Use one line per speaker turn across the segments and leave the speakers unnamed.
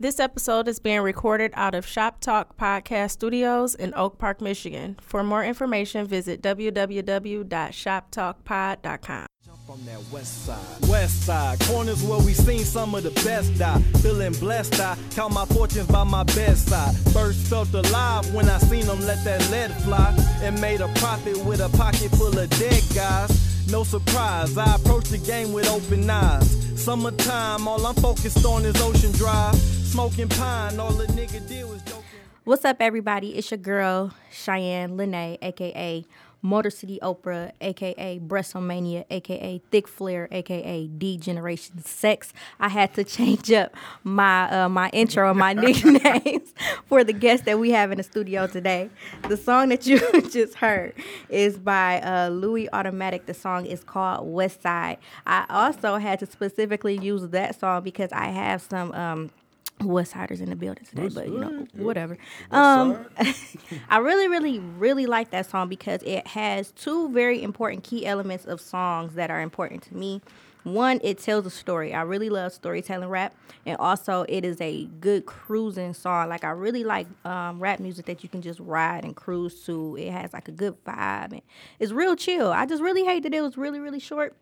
This episode is being recorded out of Shop Talk Podcast Studios in Oak Park, Michigan. For more information, visit www.shoptalkpod.com.
Jump on that west side. West side, corners where we seen some of the best. I feeling blessed. I count my fortunes by my bedside. First felt alive when I seen them let that lead fly. And made a profit with a pocket full of dead guys. No surprise, I approached the game with open eyes. Summertime, all I'm focused on is ocean drive. Smoking pine, all a nigga did was joking.
What's up, everybody? It's your girl Cheyenne Lene, aka Motor City Oprah, aka Bressomania, aka Thick Flair, aka D Generation Sex. I had to change up my uh, my intro and my nicknames for the guests that we have in the studio today. The song that you just heard is by uh, Louis Automatic. The song is called West Side. I also had to specifically use that song because I have some. Um, West Siders in the building today, but you know, whatever. Um, I really, really, really like that song because it has two very important key elements of songs that are important to me. One, it tells a story. I really love storytelling rap, and also it is a good cruising song. Like I really like um, rap music that you can just ride and cruise to. It has like a good vibe, and it's real chill. I just really hate that it was really, really short.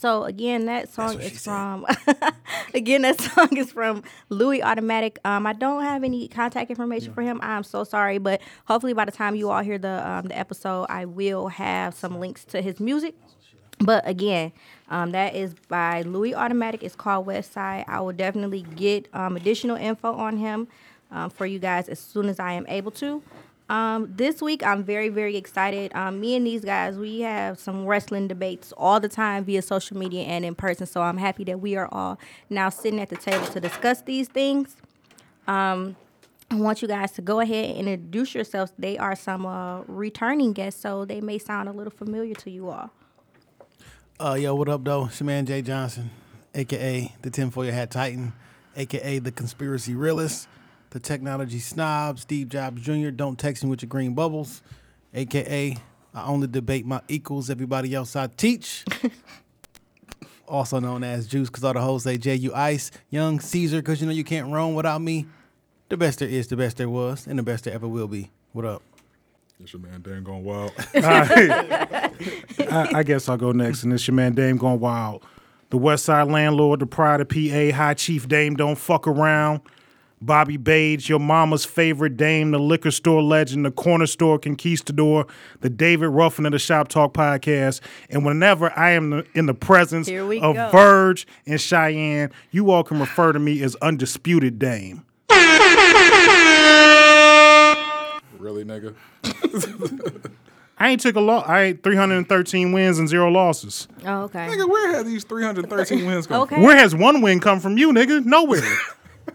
So again, that song is from again that song is from Louis Automatic. Um, I don't have any contact information for him. I'm so sorry, but hopefully by the time you all hear the um, the episode, I will have some links to his music. But again, um, that is by Louis Automatic. It's called Westside. I will definitely get um, additional info on him um, for you guys as soon as I am able to. Um, this week, I'm very, very excited. Um, me and these guys, we have some wrestling debates all the time via social media and in person. So I'm happy that we are all now sitting at the table to discuss these things. Um, I want you guys to go ahead and introduce yourselves. They are some uh, returning guests, so they may sound a little familiar to you all.
Uh, yo, what up, though? It's your man Jay Johnson, aka the Tinfoil Hat Titan, aka the Conspiracy Realist, the Technology Snob, Steve Jobs Jr. Don't text me with your green bubbles, aka I only debate my equals, everybody else I teach. also known as Juice, because all the hoes say J U Ice, Young Caesar, because you know you can't roam without me. The best there is, the best there was, and the best there ever will be. What up?
It's your man Dame Gone Wild. I, I guess I'll go next, and it's your man Dame Gone Wild. The West Side Landlord, the pride of PA, High Chief Dame Don't Fuck Around, Bobby Bage, your mama's favorite Dame, the liquor store legend, the corner store conquistador, the David Ruffin of the Shop Talk podcast. And whenever I am the- in the presence
Here we
of
go.
Verge and Cheyenne, you all can refer to me as Undisputed Dame.
Really, nigga?
I ain't took a loss. I ain't 313 wins and zero losses.
Oh, okay.
Nigga, where have these 313 wins come
Okay.
Where has one win come from you, nigga? Nowhere.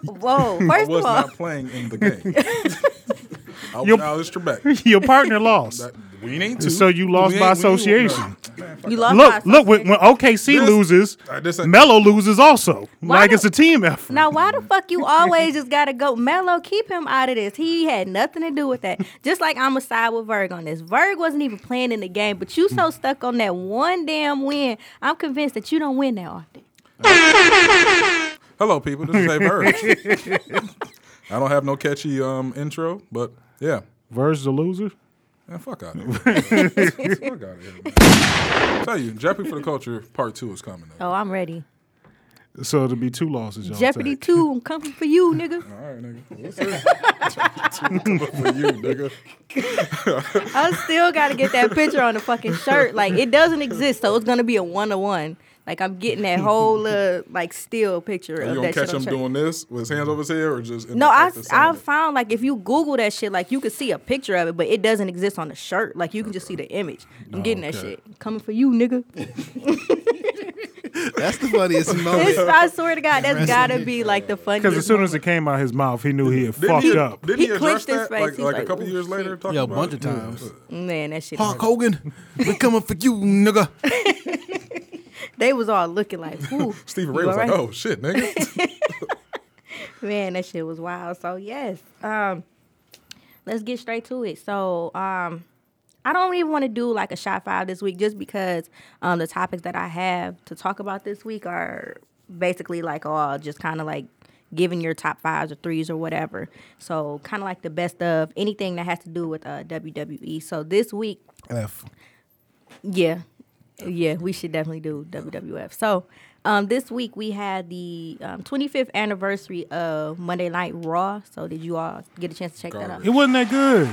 Whoa.
from? I
First
was
of all,
not playing in the game. I was
Your-
Alex Trebek.
Your partner lost.
That- We ain't to.
So you lost
We
by
ain't- we ain't-
association.
you lost.
Look,
by
look, when, when OKC
This-
loses,
uh, this ain't-
Melo loses also. like
do-
it's a team effort.
Now, why the fuck you always just gotta go? Mello, keep him out of this. He had nothing to do with that. Just like I'm a side with Verg on this. Verg wasn't even playing in the game, but you so stuck on that one damn win. I'm convinced that you don't win that often.
Hello, people. This is Dave Burge. I don't have no catchy um, intro, but yeah.
Verge the loser.
Man, fuck out of here. fuck out of here, man. Tell you, Jeopardy for the Culture Part 2 is coming. Nigga.
Oh, I'm ready.
So it'll be two losses. Y'all
Jeopardy
take.
2, I'm coming for you, nigga.
All right, nigga. What's that? Come up with you, nigga.
I still gotta get that picture on the fucking shirt. Like, it doesn't exist, so it's gonna be a one to one. Like, I'm getting that whole, uh, like, still picture
Are
of
you going
that
to
shit on
catch him
the shirt.
doing this with his hands over his head or just. in
No,
the
I,
act of saying
I
it?
found like if you Google that shit, like you could see a picture of it, but it doesn't exist on the shirt. Like you can just see the image. I'm getting that
okay.
shit. Coming for you, nigga.
That's the funniest
It's,
moment.
I swear to God, that's gotta be like the
Because
funniest.
as soon as it came out his mouth, he knew he had
Didn't
fucked
he,
up.
Didn't
He
he,
clenched
address
his
that
face.
like,
He's
like
like,
a couple
"Ooh,
years later? Talking
Yeah, a
about
bunch of
it? Yeah.
times.
man, that shit.
Hulk Hogan, we coming for you, nigga.
They was all looking like, ooh,
Stephen
you
Ray was
alright?
like, "Oh shit, nigga."
Man, that shit was wild. So yes, um, let's get straight to it. So um, I don't even want to do like a shot five this week, just because um, the topics that I have to talk about this week are basically like all just kind of like giving your top fives or threes or whatever. So kind of like the best of anything that has to do with uh, WWE. So this week,
F.
yeah. Yeah, we should definitely do WWF. So, um, this week we had the um, 25th anniversary of Monday Night Raw. So, did you all get a chance to check that out?
It wasn't that good.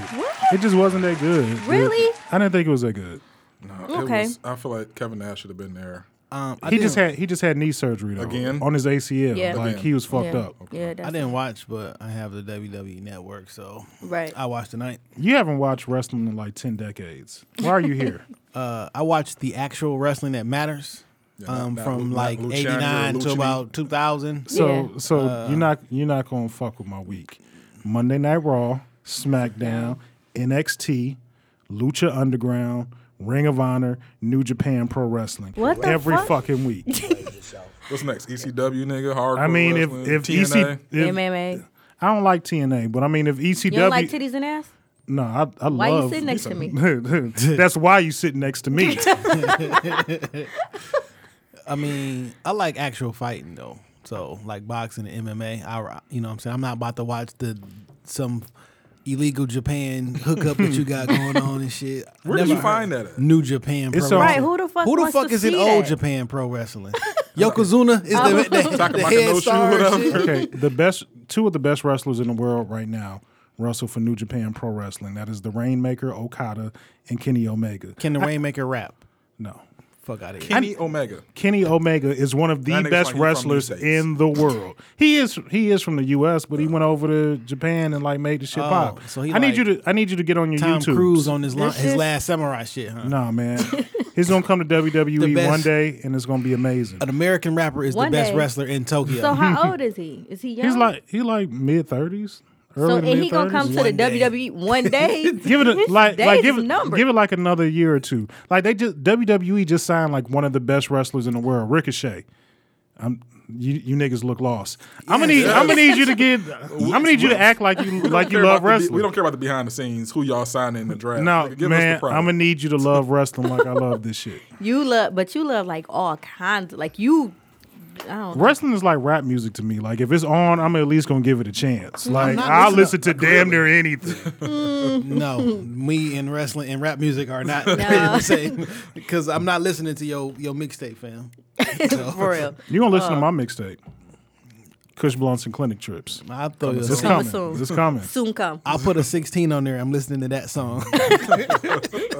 It just wasn't that good.
Really?
I didn't think it was that good.
No,
Okay.
it was, I feel like Kevin Nash should have been there.
Um, I
he just
didn't-
had he just had knee surgery though,
Again?
on his ACL.
Yeah.
Like
Again.
he was fucked
yeah.
up.
Yeah, that's
I didn't watch, but I have the WWE Network, so
Right.
I watched tonight.
You haven't watched wrestling in like ten decades. Why are you here?
Uh, I watched the actual wrestling that matters
not-
um,
not
from
Lu- not
like
Luchani or
eighty nine to
Luchini.
about two thousand.
So
Yeah.
so you're not you're not gonna fuck with my week. Monday Night Raw, SmackDown, NXT, Lucha Underground, Ring of Honor, New Japan Pro Wrestling.
What the
every
fuck?
fucking week.
What's next? ECW nigga, hardcore.
I mean, if
wrestling,
if
TNA.
EC, if-
MMA. You
I don't like TNA, but I mean if ECW
don't like titties and ass?
no, I, I
Why
love
you sitting next to me?
That's why you sitting next to me.
I mean, I like actual fighting though. So like boxing and MMA, I you know what I'm saying I'm not about to watch the some illegal Japan hookup that you got going on and shit.
Where did
Never
you
heard
find that at?
New Japan Pro
It's on-
Wrestling.
Right, who the fuck
Who the
wants
fuck
to
is in
see
old
that? Oh.
Japan Pro Wrestling? Yokozuna is the, the, the
Takamaka
head
no
star.
shoe,
and
whatever.
shit?
okay, the best two of the best wrestlers in the world right now wrestle for New Japan Pro Wrestling. That is the Rainmaker Okada and Kenny Omega.
Can the Rainmaker rap?
no.
Fuck out of here.
Kenny Omega.
Kenny Omega is one of the
That nigga's
best
like he from
wrestlers
the States.
in the world. He is he is from the US, but he went over to Japan and like made the shit
Uh, Oh,
pop.
so he
I need
like
you to I need you to get on your
Tom
YouTube.
Cruise on his li-
This
his
is-
last samurai shit, huh?
Nah, man. He's gonna come to
The
WWE
best.
one day and it's gonna be amazing.
An American rapper is
One
the best
day.
wrestler in Tokyo.
So, how old is he? Is he young?
He's like he like mid thirties.
so, and he gonna come to the
One day.
WWE one day?
give it a, like
That
like
is
give it
number.
give it like another year or two. Like they just WWE just signed like one of the best wrestlers in the world, Ricochet. I'm you you niggas look lost. I'm gonna need I'm gonna need you to get I'm gonna need you to act like you like you
Care
love
about the be-
wrestling.
we don't care about the behind the scenes. Who y'all signing in the draft?
no,
Nigga, give
man,
us the
I'm
product.
gonna need you to love wrestling like I love this shit.
you love, but you love like all kinds. Like, you, I don't
Wrestling is like rap music to me. Like if it's on, I'm at least gonna give it a chance. Like
not
I'll listen
listening
to damn near anything.
no, me and wrestling and rap music are not the same because I'm not listening to your your mixtape, fam.
for real.
You gonna listen to my mixtape, Kush Blunts and Clinic Trips.
I throw you.
It's
a-
coming.
soon.
It's coming.
Soon come.
I'll put a 16 on there. I'm listening to that song.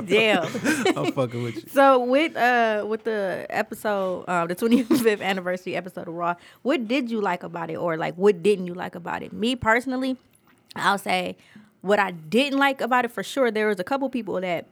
Damn.
I'm fucking with you.
So with uh with the episode, uh, the 25th anniversary episode of Raw, what did you like about it, or like what didn't you like about it? Me personally, I'll say what I didn't like about it for sure. There was a couple people that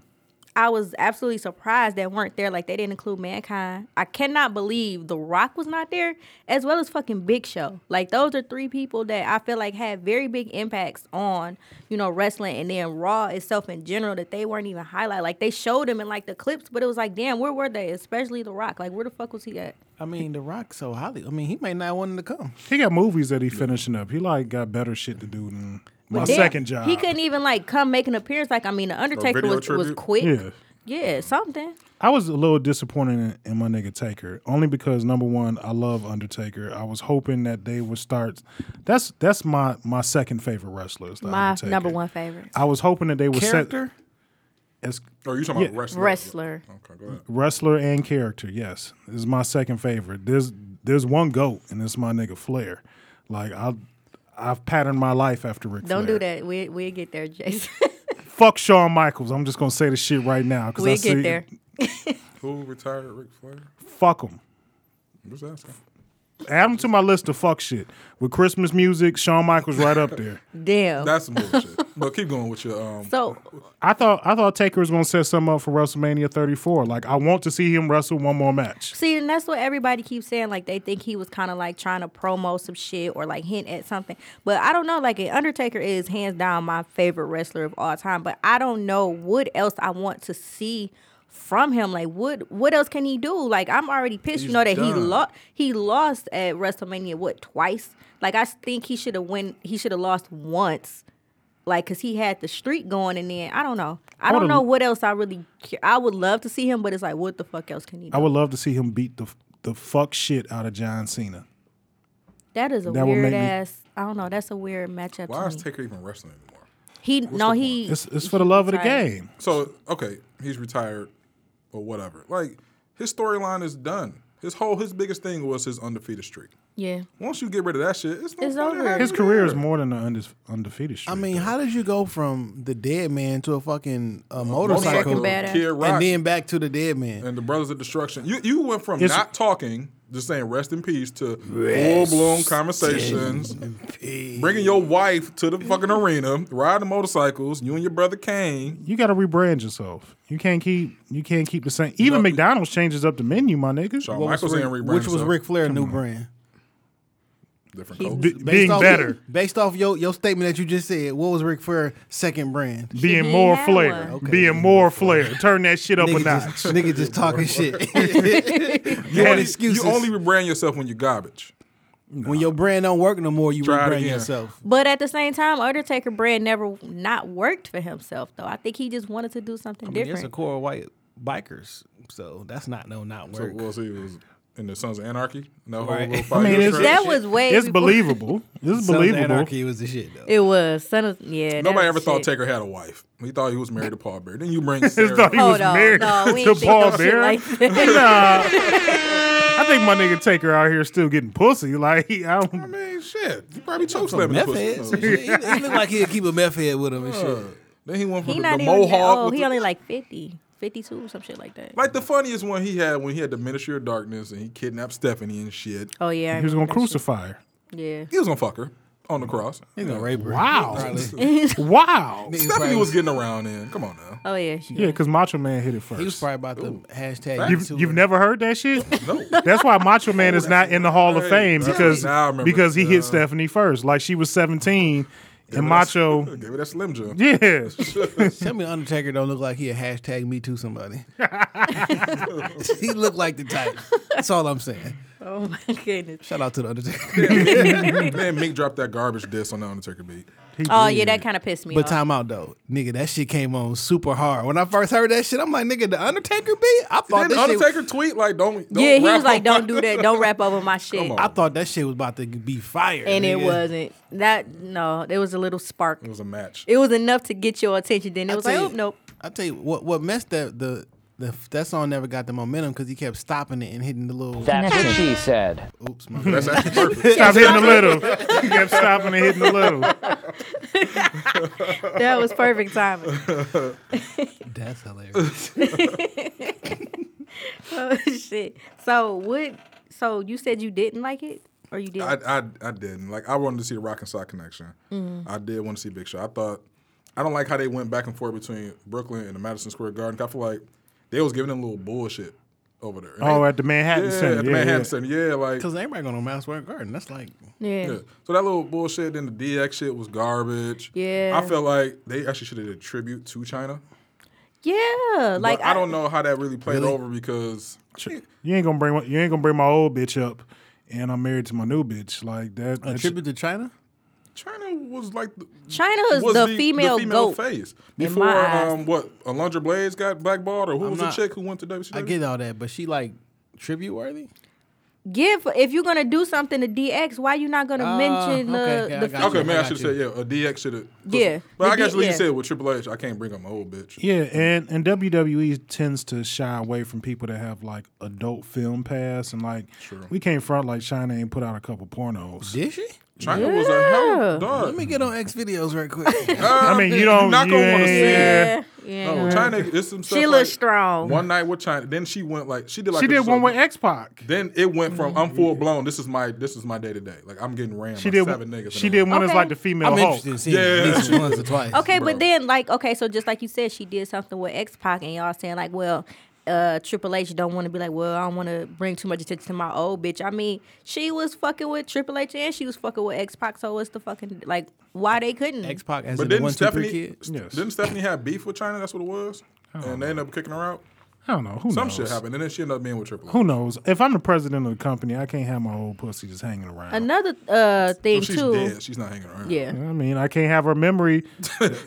I was absolutely surprised that weren't there. Like they didn't include mankind. I cannot believe The Rock was not there, as well as fucking Big Show. Like those are three people that I feel like had very big impacts on, you know, wrestling and then Raw itself in general that they weren't even highlighted. Like they showed them in like the clips, but it was like, damn, where were they? Especially The Rock. Like where the fuck was he at?
I mean, The Rock so Hollywood. I mean, he may not want him to come.
He got movies that he finishing up. He like got better shit to do than my
Damn,
second job.
He couldn't even like come make an appearance. Like I mean, the Undertaker
video
was, was
tribute?
quick.
Yeah.
yeah, something.
I was a little disappointed in, in my nigga Taker only because number one, I love Undertaker. I was hoping that they would start. That's that's my my second favorite wrestler. Is the
My
Undertaker.
number one favorite
I was hoping that they would
Character?
set as
Oh, you talking about
Yeah.
wrestling?
wrestler.
Okay, go ahead.
wrestler and character. Yes, this is my second favorite. There's there's one goat, and it's my nigga Flair. Like I. I've patterned my life after Rick.
Don't do that. We we get there, Jason.
Fuck Shawn Michaels. I'm just gonna say this shit right now because I
we'll
see-
get there.
Who retired Ric Flair?
Fuck him.
I'm just asking.
Add him to my list of fuck shit. With Christmas music, Shawn Michaels right up there.
Damn.
That's some bullshit. but keep going with your um.
so
I thought I thought Taker was gonna set something up for WrestleMania 34. Like I want to see him wrestle one more match.
see, and that's what everybody keeps saying. Like they think he was kind of like trying to promo some shit or like hint at something. But I don't know. Like an Undertaker is hands down my favorite wrestler of all time. But I don't know what else I want to see from him. Like what what else can he do? Like I'm already pissed. you
He's
know that he
done.
lost. He lost at WrestleMania what twice. Like I think he should have win. He should have lost once. like because he had the streak going and then i don't know i
Hold
don't
on.
know what else i really ca- i would love to see him but it's like what the fuck else can he do
I would love to see him beat the the fuck shit out of John Cena.
That is a
That would
weird
make me-
ass. I don't know. That's a weird matchup.
Why
to
is
me.
Taker even wrestling anymore?
he no
the
he.
It's, it's for the love of the
Sorry.
game.
So okay, he's retired or whatever. Like his storyline is done. His whole his biggest thing was his undefeated streak.
Yeah.
Once you get rid of that shit, it's, no
It's
fun to
over.
have
His
you
career
there.
is more than an unde- undefeated streak.
I mean,
though.
how did you go from the dead man to a fucking uh,
motorcycle
motorcycle,
badass.
Kid Rock,
and
and,
then back to the dead man?
the Brothers of Destruction. You you went from
It's-
not talking, just saying rest in peace, to full blown conversations. Bringing your wife to the fucking arena, riding motorcycles. You and your brother Kane.
you got to rebrand yourself. You can't keep you can't keep the same. Even
know-
McDonald's changes up the menu, my nigga.
Shawn
What was
Michaels
Ric-
and rebrand
which was
himself.
Ric Flair new brand.
different
He's-
coach.
B- being
off,
better,
Based off your, your statement that you just said, what was Ric Flair's second brand?
being
He
more
had
flair,
one.
being more flair. Turn that shit up a
Nigga
notch.
just, nigga just talking shit.
You
had
only,
excuses.
You only rebrand yourself when you're garbage.
When your brand don't work no more, you
Try it
rebrand
again.
yourself.
But at the same time, Undertaker brand never not worked for himself though. I think he just wanted to do something
It's a
different.
core of white bikers, so that's not no not
So
work.
we'll see. It was in the Sons of Anarchy. No
Right.
whole
I
five
mean,
year
it's-
stretch.
that was way.
It's
before-
believable. It's
Sons of
believable.
Anarchy was the shit though.
It was son of yeah.
Nobody
that
ever thought
shit.
Taker had a wife. He thought he was married to Paul Bear. Then you bring
His
Sarah.
thought he
Oh,
was
no,
married
no, we
to
ain't think
Paul
no shit
Bear.
like
nah, I think my nigga Taker out here still getting pussy. Like he, I
I
don't.
mean, shit. You probably choke
Some
slamming
meth
the pussy.
heads. and shit. He, he look like he'll keep a meth head with him and shit.
Uh, Then he went from
He
the,
not
the
even
mohawk.
that old.
with
He
the-
only like 50, 52 or some shit like that.
like the funniest one he had when he had the Ministry of Darkness and he kidnapped Stephanie and shit.
Oh yeah. I
He was gonna
remember that shit.
crucify her.
Yeah.
He was gonna fuck her on the cross.
He's gonna rape her.
Wow.
Probably.
Wow.
Niggas
Stephanie
probably-
was getting around then. Come on now.
Oh yeah. She,
Yeah, because Macho Man hit it first.
He was probably about to hashtag.
You've,
you
you've never heard that shit?
No.
That's why Macho Man is not in the Hall of
right.
Fame
Right.
because
Now I remember.
because he
Yeah.
hit Stephanie first. Like she was 17 and Macho.
Gave me that Slim Jim.
Yeah.
Tell me, Undertaker don't look like he a hashtag Me Too somebody. he look like the type. That's all I'm saying.
Oh my goodness.
Shout out to the Undertaker.
Then Mick dropped that garbage disc on the Undertaker beat.
Oh yeah, that kind of pissed me
But
off.
time out though, nigga, that shit came on super hard. When I first heard that shit, I'm like, nigga, the Undertaker beat. I thought
Didn't
that shit.
Undertaker tweet like, "Don't." don't
yeah, he
rap
was like,
on my-
"Don't do that. Don't rap over my shit."
on.
I thought that shit was about to be fire.
And it
nigga.
wasn't. That no, there was a little spark.
It was a match.
It was enough to get your attention. Then it was like,
tell
oh,
you-
nope.
I tell you what, what messed that the. The, that song never got the momentum because he kept stopping it and hitting the little.
That's what she said.
Oops, my bad.
That's actually perfect.
Stop hitting the little. He kept stopping and hitting the little.
That was perfect timing.
That's hilarious.
oh shit. So what? So you said you didn't like it, or you did?
I, I I didn't like. I wanted to see the Rock and Sock connection.
Mm-hmm.
I did want to see Big Show. I thought I don't like how they went back and forth between Brooklyn and the Madison Square Garden. I feel like they was giving them a little bullshit over there. And
Oh,
they-
at the Manhattan
yeah, at
Center.
the
Yeah,
Manhattan
yeah.
Center. Yeah, like
Because everybody going to Madison Square Garden. That's like
yeah.
yeah. So that little bullshit. Then the DX shit was garbage.
Yeah.
I felt like they actually should have did a tribute to China.
Yeah. Like
Like I, don't know how that really played over because
You ain't gonna bring my- you ain't gonna bring my old bitch up, and I'm married to my new bitch. Like that.
a
that
tribute to China.
China was like the,
China is the, female, goat.
face
in
before
my eyes.
um what Alondra Blaze got blackballed or who was
not-
the chick who went to WCW?
I get all that, but she like tribute worthy.
Give if you're gonna do something to DX, why you not gonna
Ah,
mention the
okay, yeah, I
the
got
female?
Okay,
I
man, I
got
should
you.
have said yeah. A DX should have.
Yeah,
but
the
I guess
D-
what you
yeah.
said with Triple H, I can't bring up my old bitch.
Yeah, and and WWE tends to shy away from people that have like adult film pass and like we came front like China ain't put out a couple pornos.
Did she?
China was a hell
Let
dog. Ah,
me get on X videos right quick.
I mean, you don't-
not
you
gonna want to
ain't-
see. it.
Yeah. Yeah.
No, China. There's some stuff
She
like,
looks strong.
One night with China, then she went like she did like
She
a-
did one
so-
with X Pac.
Then it went from
Mm-hmm.
I'm full blown. This is my this is my day to day. Like I'm getting rammed.
She
by
did.
seven niggas.
She
in
did
a row.
one as
Okay.
like the female
I'm
Hulk.
interested in seeing it at least once or twice.
Okay,
Bro.
but then like okay, so just like you said, she did something with X Pac, and y'all saying like, well, uh, Triple H don't want to be like, well, I don't want to bring too much attention to my old bitch. I mean, she was fucking with Triple H and she was fucking with X Pac, so what's the fucking like why they couldn't?
X Pac as
But
in the
didn't
one two three
Stephanie?
kid.
Yes.
Didn't Stephanie have beef with China? That's what it was. And they ended up kicking her out.
I don't know. Who
Some
knows?
shit happened, and then she ended up being with Triple H.
Who knows? If I'm the president of the company, I can't have my old pussy just hanging around.
Another uh, thing
Well, she's
too.
dead. She's not hanging around.
Yeah.
I mean, I can't have her memory.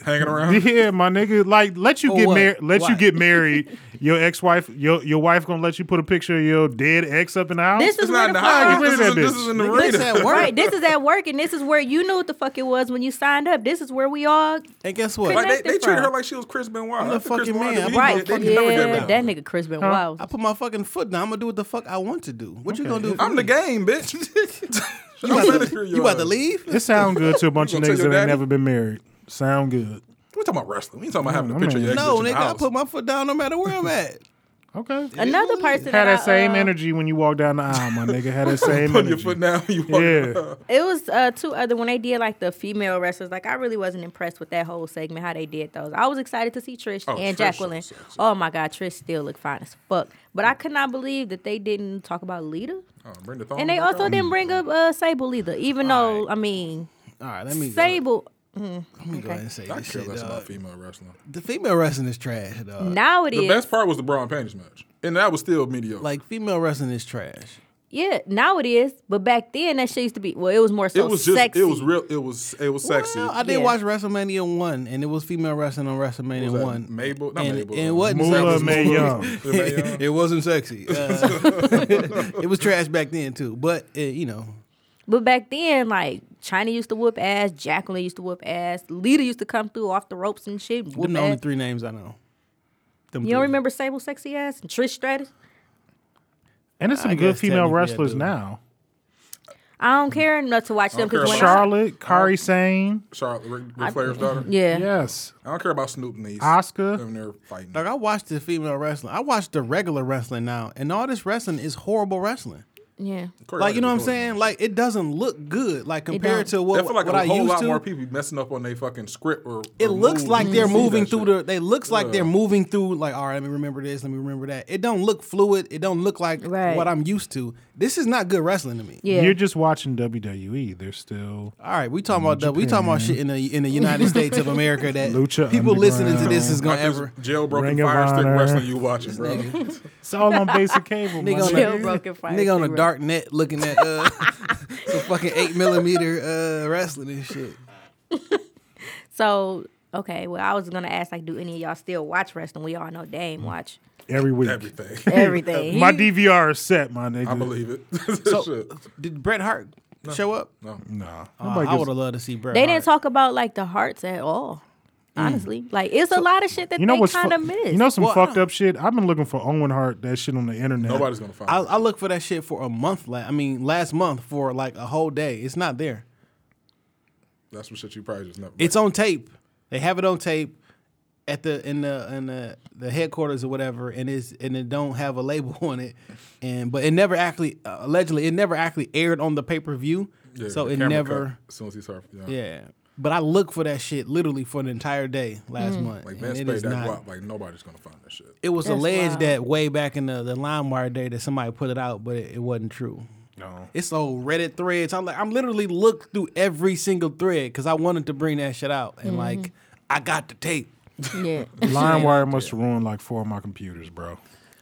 hanging around.
yeah, my nigga, like let you
Or
get
what?
married. Let
Why?
you get married. Your ex wife, your your wife gonna let you put a picture of your dead ex up in the house.
This is
It's
where
not
the
in the house.
flaws-
Get
This
rid of
is,
that
this
bitch.
is in the
Nigga, this
radio.
at work.
Right, this is at work, and this is where you knew what the fuck it was when you signed up. This is where we all
And guess what?
Couldn't
Like they, they
Connected
treated her
from.
like she was Chris Benoit.
I'm the
After Chris
fucking man.
Benoit did-
I'm
he-
Right.
right.
they- they never did
yeah,
that.
that nigga Chris been
I
wild.
put my fucking foot down. I'm gonna do what the fuck I want to do. What you gonna do? for
I'm the
me?
game, bitch.
You about, to, you about to leave?
It sound good to a bunch of
gonna tell
niggas that
your
ain't
daddy?
never been married. Sound good.
We're talking about wrestling. We ain't talking about having
I
a picture of
mean-
your ex
No,
bitch in the
nigga, I
house.
put my foot down no matter where I'm at.
Okay.
Another person
Had
that,
that
I,
same
uh,
energy when you walk down the aisle, my nigga. Had that same
Put
energy.
your foot down. You walk
Yeah.
It was uh, two other when they did like the female wrestlers. Like I really wasn't impressed with that whole segment how they did those. I was excited to see Trish
Oh,
and
Trish
Jacqueline.
was sexy.
Oh my God, Trish still looked fine as fuck. But I could not believe that they didn't talk about Lita,
Oh, bring the thong
and they
back
also
out.
didn't bring up uh, Sable either. Even though I mean
All right, let me go-
Sable.
let me go ahead and say
I
this
care
shit,
less about
dog.
female wrestling.
The female wrestling is trash, dog.
Now it is.
Uh, The best part was the Braun Panties match, and that was still mediocre.
Like female wrestling is trash.
Yeah, now it is. But back then, that shit used to be. Well, it was more so
it was just,
sexy.
it was real, it was, it was sexy.
Well, I
Yeah.
did watch WrestleMania one, and it was female wrestling on WrestleMania
Was that
one.
Mabel, not
and,
Mabel. um,
and it wasn't
Moolah
sexy.
May Young.
The Mae Young.
it wasn't sexy. Uh, it was trash back then too. But uh you know,
but back then, like China used to whoop ass, Jacqueline used to whoop ass, Lita used to come through off the ropes and shit. Whoop
them the
ass.
only three names I know. Them
You don't
three.
remember Sable sexy ass and Trish Stratus?
And there's some
I
good
guess
female
technically I
wrestlers
do.
now.
I don't
Mm-hmm.
care enough to watch them
don't care
because when I, Oh.
Charlotte, Kari Sane,
Charlotte, Ric, Ric Flair's daughter.
yeah,
yes,
I don't care about Snoop niece.
Oscar.
Them there fighting.
Like I watched the female wrestling. I watched the regular wrestling now, and all this wrestling is horrible wrestling.
yeah,
Like you know what I'm saying? Like it doesn't look good. Like
don't.
compared to
I
what,
feel like
what
a
I
whole
used
lot
to.
more people be messing up on their fucking script or.
it
or
looks
moves.
like
You
they're
see that
moving through
shit.
the. They looks like they're moving through. Like all right, let me remember this. Let me remember that. It don't look fluid. It don't look like
Right.
what I'm used to. This is not good wrestling to me.
yeah.
You're just watching WWE. They're still
All right, we talking about the, we talking about shit in the in the United States of America that
Lucha
people listening to this
Underground.
is gonna
Like this
ever.
jailbroken
Ring of
fire stick
Honor.
wrestling you watching, bro.
it's all on basic cable. my
Nigga on,
nigga.
a,
Jailbroken fire
nigga on a
stick
dark net looking at uh, some fucking eight millimeter uh, wrestling and shit.
so okay. Well, I was gonna ask like, do any of y'all still watch wrestling? We all know Dame watch
Every week,
Everything.
everything.
my DVR is set, my nigga.
I believe it. Shit.
Did Bret Hart show up?
No.
Nah,
Uh,
nobody
I
gives-
would have loved to see Bret.
they didn't
Hart.
talk about like the hearts at all. Honestly, like it's a lot of shit that
Mm. You know
they
what's fu-
kind of miss.
you know some
Well, I
fucked
uh-huh.
up shit. I've been looking for Owen Hart that shit on the internet.
Nobody's gonna find.
I, I looked for that shit for a month. La- I mean, last month for like a whole day. It's not there.
it. That's some shit you probably just never.
It's on tape. They have it on tape at the in the in the, the headquarters or whatever, and it's and it don't have a label on it. And but it never actually uh, allegedly it never actually aired on the pay per view.
Yeah,
so
the
it
camera
never.
cut As soon as he saw, yeah.
Yeah. But I looked for that shit literally for an entire day last month.
Like
and
Vince
it
Spade,
is
that
not.
guap. Like nobody's gonna find that shit.
It was
That's
alleged
wild.
that way back in the the LimeWire day that somebody put it out, but it, it wasn't true.
No.
It's old Reddit threads. I'm like, I'm literally looked through every single thread because I wanted to bring that shit out,
Mm-hmm.
and like, I got the tape.
yeah,
LimeWire must have ruined like four of my computers, bro.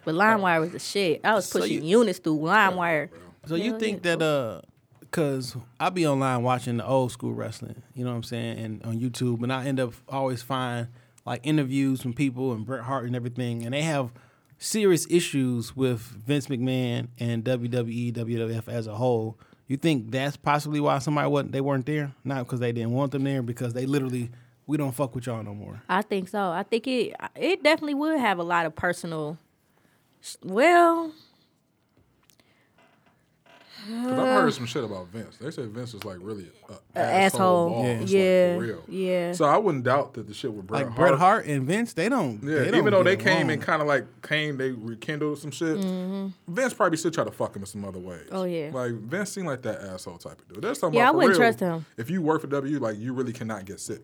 but LimeWire was the shit. I was pushing units through LimeWire.
So you think that uh cause I be online watching the old school wrestling, you know what I'm saying, and on YouTube and I end up always find like interviews from people and Bret Hart and everything and they have serious issues with Vince McMahon and E, WWE, WWF as a whole. You think that's possibly why somebody wasn't they weren't there? Not because they didn't want them there, because they literally we don't fuck with y'all no more.
I think so. I think it it definitely would have a lot of personal. Well,
Because I've
Uh-huh.
heard some shit about Vince. They said Vince is like really a
asshole.
asshole. boss,
Yeah.
like,
Yeah,
for real.
yeah.
So I wouldn't doubt that the shit with Bret
Like
Hart.
Bret Hart and Vince, they don't.
Yeah,
they don't
even though
get
they came
along.
and kind of like came, they rekindled some shit. Vince probably still try to fuck him in some other ways.
Mm-hmm. Oh, yeah.
like Vince seemed like that asshole type of dude. There's something.
Yeah,
about
I
for
wouldn't
real,
trust him.
If you work for W, like you really cannot get sick.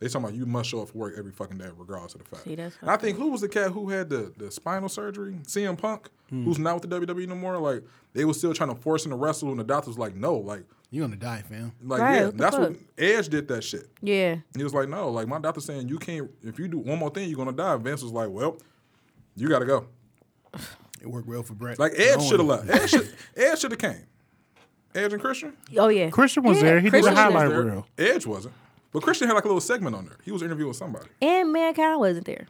They talking about you must show up for work every fucking day, regardless of the fact.
See, that's
and I think who was the cat who had the, the spinal surgery? CM Punk,
Hmm.
who's not with the WWE no more. Like they was still trying to force him to wrestle, and the doctor was like, "No, like,
you gonna die, fam.
like
Right,
yeah."
what the
That's what
fuck?
Edge did that shit.
yeah.
He was like, no, like my doctor's saying you can't. If you do one more thing, you're gonna die. Vince was like, well, you gotta go.
It worked well for Brett.
Like Ed
Knowing
should have left. Ed should Ed should have came. Edge and Christian.
Oh yeah,
Christian was there. He
Christian
did a
was
highlight
There-
reel.
Edge wasn't. But Christian had like a little segment on there. He was interviewing somebody.
and Mankind wasn't there.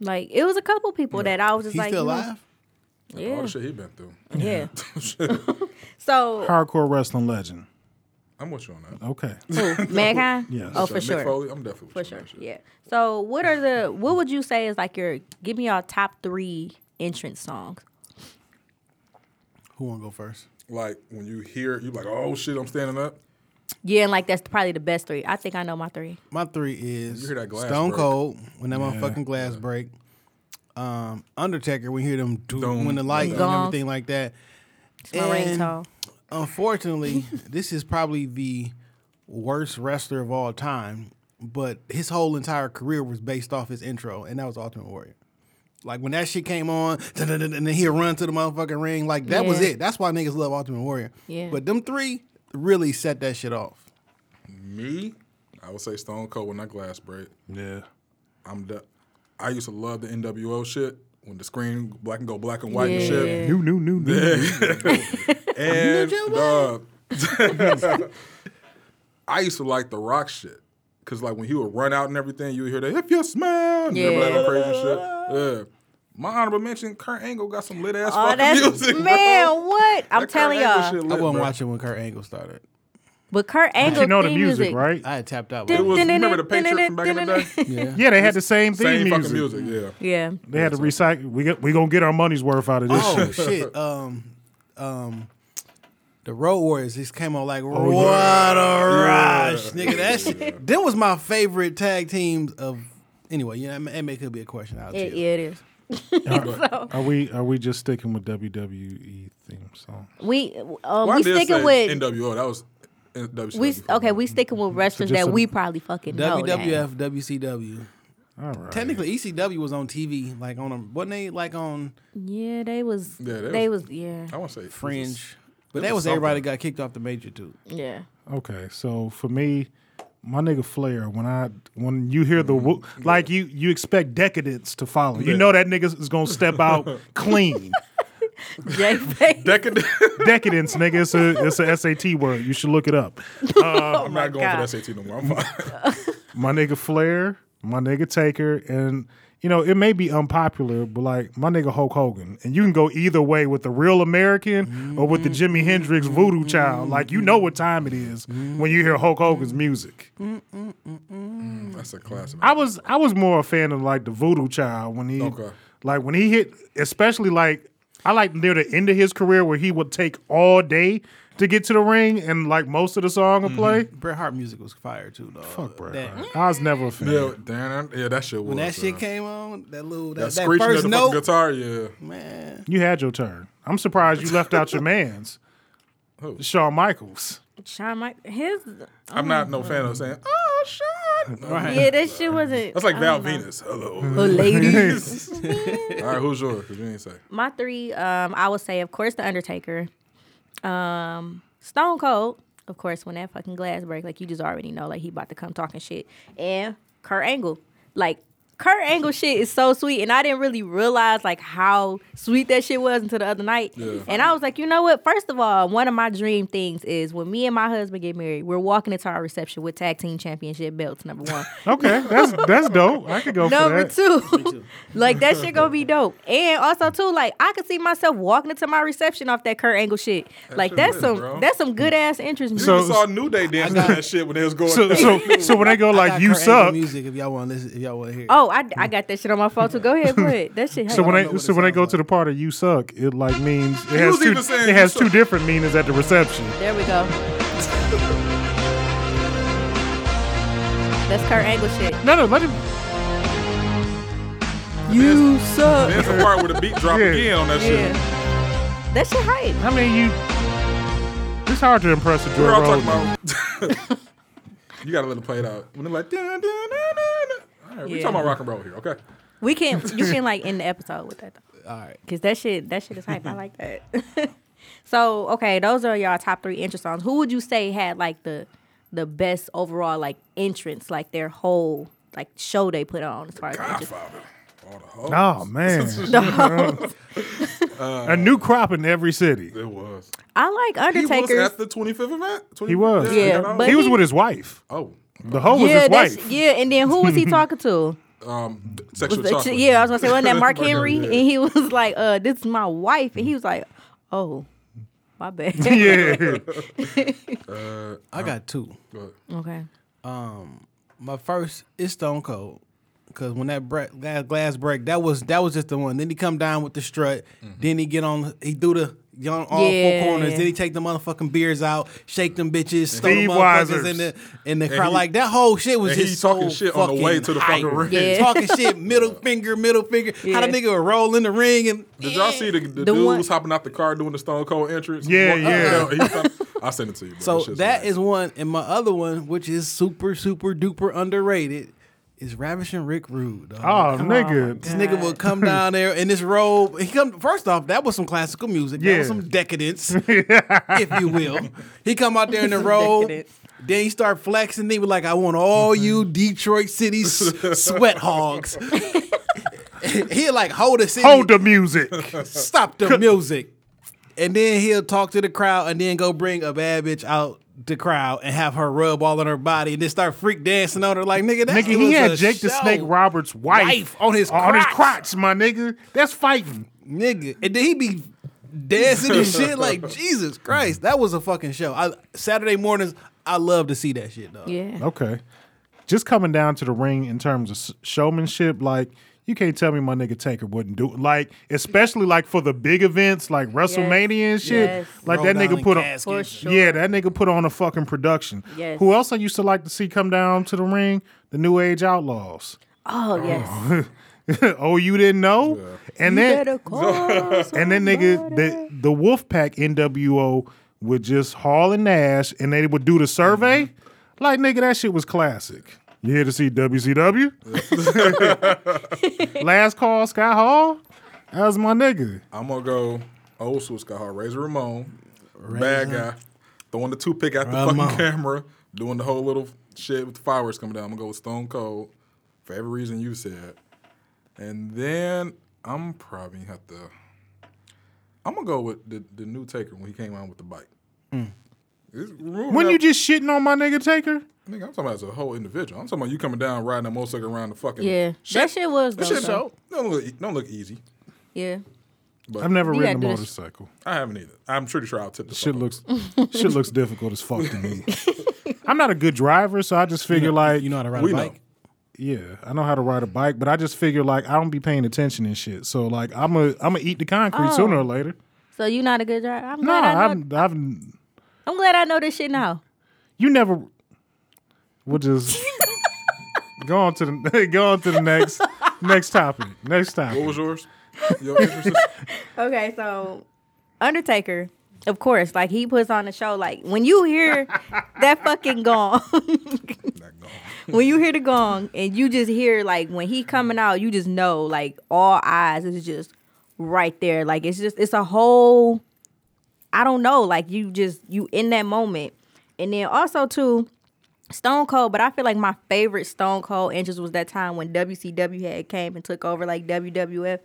Like it was a couple people that I was just
He's
like,
still
you know,
alive.
All
Yeah,
the shit he been through.
yeah.
Shit.
So
Hardcore wrestling legend.
I'm with you on that.
Okay.
who? Mankind.
Yes.
Oh, for
Nick
sure.
Foley, I'm definitely with
For
you
sure.
On that shit.
Yeah. So what are the what would you say is like your give me your top three entrance songs?
Who want to go first?
Like when you hear, you like, oh shit, I'm standing up.
Yeah, and like that's probably the best three. I think I know my three.
My three is
You hear that glass
Stone
break.
Cold when that motherfucking glass break. Um, Undertaker when you hear them do,
Dum,
when the light and
dum.
everything like that.
It's my
And-
ringtone.
Unfortunately, this is probably the worst wrestler of all time. But his whole entire career was based off his intro, and that was Ultimate Warrior. Like when that shit came on, and then he'd run to the motherfucking ring. Like that was
Yeah.
it. That's why niggas love Ultimate Warrior.
Yeah.
But them three really set that shit off.
Me, I would say Stone Cold when that glass break.
Yeah.
I'm de- I used to love the NWO shit when the screen black and go black and white and shit.
New, new, new, new.
And dog, I used to like the rock shit. Cause like when he would run out and everything, you would hear that if you smile, and remember that old crazy shit. Yeah. My honorable mention, Kurt Angle got some lit ass
Oh,
fucking
that's
music. bro.
man, what? I'm
That Kurt
telling
Angle
y'all.
shit
I
lit,
wasn't
bro.
watching when Kurt Angle started.
But Kurt Angle
You know the
theme
music, right?
I had tapped out.
It
with
was remember the Patriots from back in the day.
Yeah, they had the same theme
Same
music.
fucking music, yeah.
Yeah.
They had to recycle. We get, we gonna get our money's worth out of this.
Oh
shit.
shit. Um, um, the Road Warriors just came on like what a rush, nigga. That shit. Them was my favorite tag teams of. Anyway, yeah, it may could be a question out
It,
there.
yeah, it is.
Are we are we just sticking with WWE theme song?
We um,
Well, I
we
did say
sticking with
NWO. That was WCW.
we okay. We sticking with wrestlers
just
that
a-
we probably fucking know. now.
WWF, WCW.
All right.
Technically, ECW was on TV, like on a wasn't they like on
Yeah, they was.
Yeah, they
they
was- Oh.
was. Yeah.
I want to say
Fringe, but that
was
was everybody
something.
got kicked off the major too.
Yeah.
Okay, so for me, my nigga Flair, when I when you hear the woo, like you you expect decadence to follow. You
Yeah.
know that nigga is gonna step out clean.
Jay Faye.
Decadent.
Decadence, nigga, it's a it's a SAT word. You should look it up.
I'm not going
Oh God.
for that SAT no more. I'm fine.
My nigga Flair, my nigga Taker, and you know it may be unpopular, but like my nigga Hulk Hogan, and you can go either way with the real American or with the Jimi Hendrix Voodoo Child. Like you know what time it is when you hear Hulk Hogan's music.
That's a classic.
I was I was more a fan of like the Voodoo Child when he
Okay.
like when he hit, especially like I like near the end of his career where he would take all day to get to the ring and like most of the song would play.
Mm-hmm.
Bret Hart music was fire too, though. Fuck Bret
I was never a fan.
Yeah, damn, yeah, that shit was.
When that shit
uh,
came on, that little
that,
that, that,
screeching of
first
the
note,
fucking guitar, yeah.
man.
You had your turn. I'm surprised you left out your man's
Who?
Shawn Michaels.
Shawn Mike. His.
I'm not no fan of saying, oh, Sean.
Right.
Yeah, that shit wasn't. uh,
That's like Val Venus. Hello.
But ladies.
All right, who's yours? Because you ain't say.
My three, um, I would say, of course, The Undertaker, um, Stone Cold, of course, when that fucking glass break, like you just already know, like he about to come talking shit, and Kurt Angle, like. Kurt Angle shit is so sweet, and I didn't really realize like how sweet that shit was until the other night.
Yeah.
And I was like, you know what? First of all, one of my dream things is when me and my husband get married, we're walking into our reception with tag team championship belts. Number one,
Okay, that's that's dope. I could go for
Number
that.
two, like that shit gonna be dope. And also too, like I could see myself walking into my reception off that Kurt Angle shit. like that's
shit lit,
some
bro.
that's some good ass interest music.
So,
So-
you saw New Day dancing to that shit when they was going.
So so so when they go
I
like
got
you
Kurt Angle
suck.
music if y'all want to listen if y'all want to hear. it.
oh, I, I got that shit on my phone too. Go ahead, put it. That shit.
So when
I don't know
I
what
so
it
when I
sounds
go to
like.
the part of you suck, it like means it
was
has two
even saying
it has
you
two
suck.
different meanings at the reception.
there we go. That's Kurt Angle shit.
No, no, let him.
You suck.
There's a part where the beat drop
Yeah.
again on that
Yeah.
shit.
That shit hype.
I mean, you. It's hard to impress a Joe
We're all
Rogan.
talking about. You gotta let it play it out. When they're like, dun, dun, dun, dun, dun. All right, we
Yeah.
talking about rock and roll here, okay?
We can you can like end the episode with that though.
All right.
Cause that shit, that shit is hype. I like that. so okay, those are y'all top three entrance songs. Who would you say had like the the best overall like entrance, like their whole like show they put on as far as entrance?
Godfather. All the hoes.
Oh man,
Uh,
a new crop in every city.
It was.
I like Undertaker.
He was at the 25th event. 20,
He was.
Yeah,
got
but
out.
he was
he-
with his wife.
oh,
The hoe was
yeah,
his
that's-
wife.
yeah, and then who was he talking to?
um, d-
Was
sexual
the-
chocolate.
yeah, I was gonna say, wasn't that Mark
Mark Henry,
Henry?
yeah.
And he was like, uh, this is my wife. And he was like, Oh, my bad.
Yeah.
Oh.
I got two.
But
Okay.
My first is Stone Cold. Cause when that bre- glass, glass break, that was that was just the one. Then he come down with the strut.
Mm-hmm.
Then he get on. He do the he on all
Yeah.
four corners. Then he take the motherfucking beers out, shake them bitches, stole
Steve
the motherfuckers
Weisers.
in the in the
he-
crowd. Like that whole shit was
and he
just
talking
so
shit on the way to the fucking
hype.
ring.
Yeah.
talking shit, middle finger, middle finger. How the
Yeah.
nigga would roll in the ring and
Did y'all see the, the,
The
dude
one-
was hopping out the car doing the Stone Cold entrance?
Yeah,
One-
yeah.
he stopped- I sent it to you. Bro.
So
shit's
that
hilarious.
is one, and my other one, which is super, super duper underrated, is Ravishing Rick Rude. dog.
Oh nigga.
This nigga would come down there in this robe. He come first off, that was some classical music. That
Yeah.
was some decadence, if you will. He come out there in the robe.
Decadence.
Then he start flexing. He was like, "I want all you
Mm-hmm.
Detroit City s- sweat hogs." he like hold the city,
Hold the music.
stop the music. And then he'll talk to the crowd and then go bring a bad bitch out the crowd and have her rub all on her body and then start freak dancing on her like nigga that
Nigga,
was
he
a
had Jake the
show,
Snake Roberts' wife,
Wife on his
on his
crotch.
crotch, my nigga. That's fighting.
nigga. And then he be dancing and shit like Jesus Christ. That was a fucking show. I Saturday mornings I love to see that shit though.
Yeah.
Okay. Just coming down to the ring in terms of s- showmanship, like you can't tell me my nigga Taker wouldn't do it. Like, especially like for the big events like WrestleMania and shit.
Yes.
Like
Roll
that
down
nigga
in
put on.
caskets.
For sure.
Yeah, that nigga put on a fucking production.
Yes.
Who else I used to like to see come down to the ring? The New Age Outlaws.
Oh yes.
oh, you didn't know? And then
Better call.
and then nigga,
eh.
the the Wolfpack NWO would just haul and Nash, and they would do the survey.
Mm-hmm.
Like nigga, that shit was classic. You here to see WCW? Last call, Sky Hall. That was my nigga.
I'm gonna go old school Scott Hall, Razor Ramon, bad guy, throwing the toothpick at the
Ramon.
fucking camera, doing the whole little shit with the fireworks coming down. I'm gonna go with Stone Cold for every reason you said, and then I'm probably gonna have to. I'm gonna go with the, the new Taker when he came on with the bike.
Mm. When you just shitting on my nigga Taker?
nigga, I'm talking about as a whole individual. I'm talking about you coming down riding a motorcycle around the fucking
yeah. That shit was
That
dope.
shit
though.
don't look, e- don't look easy.
Yeah.
I've never
You
ridden a
gotta do this.
motorcycle.
I haven't either. I'm pretty sure I'll tip the fuck
Shit
over.
looks shit looks difficult as fuck to me. I'm not a good driver, so I just figure like
You know how to ride
We
a
know.
bike?
Yeah, I know how to ride a bike, but I just figure like I don't be paying attention and shit. So like I'm a I'm gonna eat the concrete
Oh.
sooner or later.
So you not a good driver? I'm
No,
glad I know.
I'm I've
I'm glad I know this shit now.
you never. We'll just go on to the go on to the next next topic. Next topic.
What was yours? Your interests?
Okay, so Undertaker, of course, like he puts on the show. Like when you hear that fucking gong, when you hear the gong, and you just hear like when he coming out, you just know like all eyes is just right there. Like it's just it's a whole. I don't know. Like you just you in that moment, and then also too. Stone Cold, but I feel like my favorite Stone Cold entrance was that time when WCW had came and took over like WWF.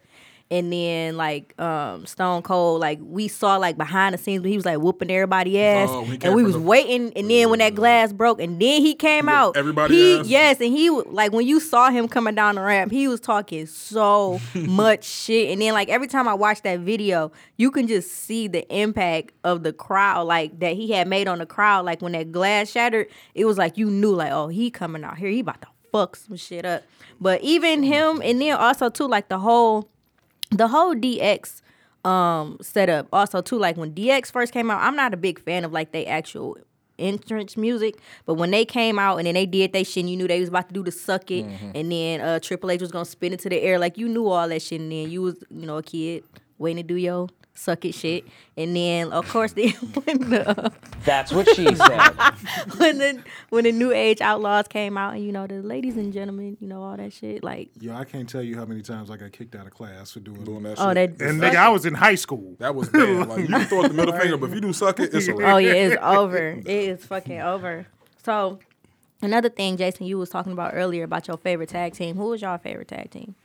And then like um Stone Cold, like we saw like behind the scenes when he was like whooping everybody ass,
Oh, when he came
and we
from
was
the-
waiting. And then when that glass broke, and then he came
whooped
out,
everybody
he,
ass?
yes, and he w- like when you saw him coming down the ramp, he was talking so much shit. And then like every time I watch that video, you can just see the impact of the crowd, like that he had made on the crowd. Like when that glass shattered, it was like you knew, like oh he coming out here, he about to fuck some shit up. But even him, and then also too like the whole the whole DX um setup also too like when DX first came out I'm not a big fan of like they actual entrance music but when they came out and then they did they shit and you knew they was about to do the suck it and then uh Triple H was gonna spin into the air like you knew all that shit and then you was you know a kid waiting to do your suck it shit and then of course then when the
That's what she said.
when the when the new age outlaws came out and you know the ladies and gentlemen you know all that shit like
Yo, I can't tell you how many times I got kicked out of class for doing,
doing that
oh
shit.
that
And nigga, I was in high school.
That was bad. Like you can throw out the middle finger, but if you do suck it, it's a
Oh
wrap.
yeah, it's over. It is fucking over. So another thing, Jason, you was talking about earlier about your favorite tag team. Who was your favorite tag team?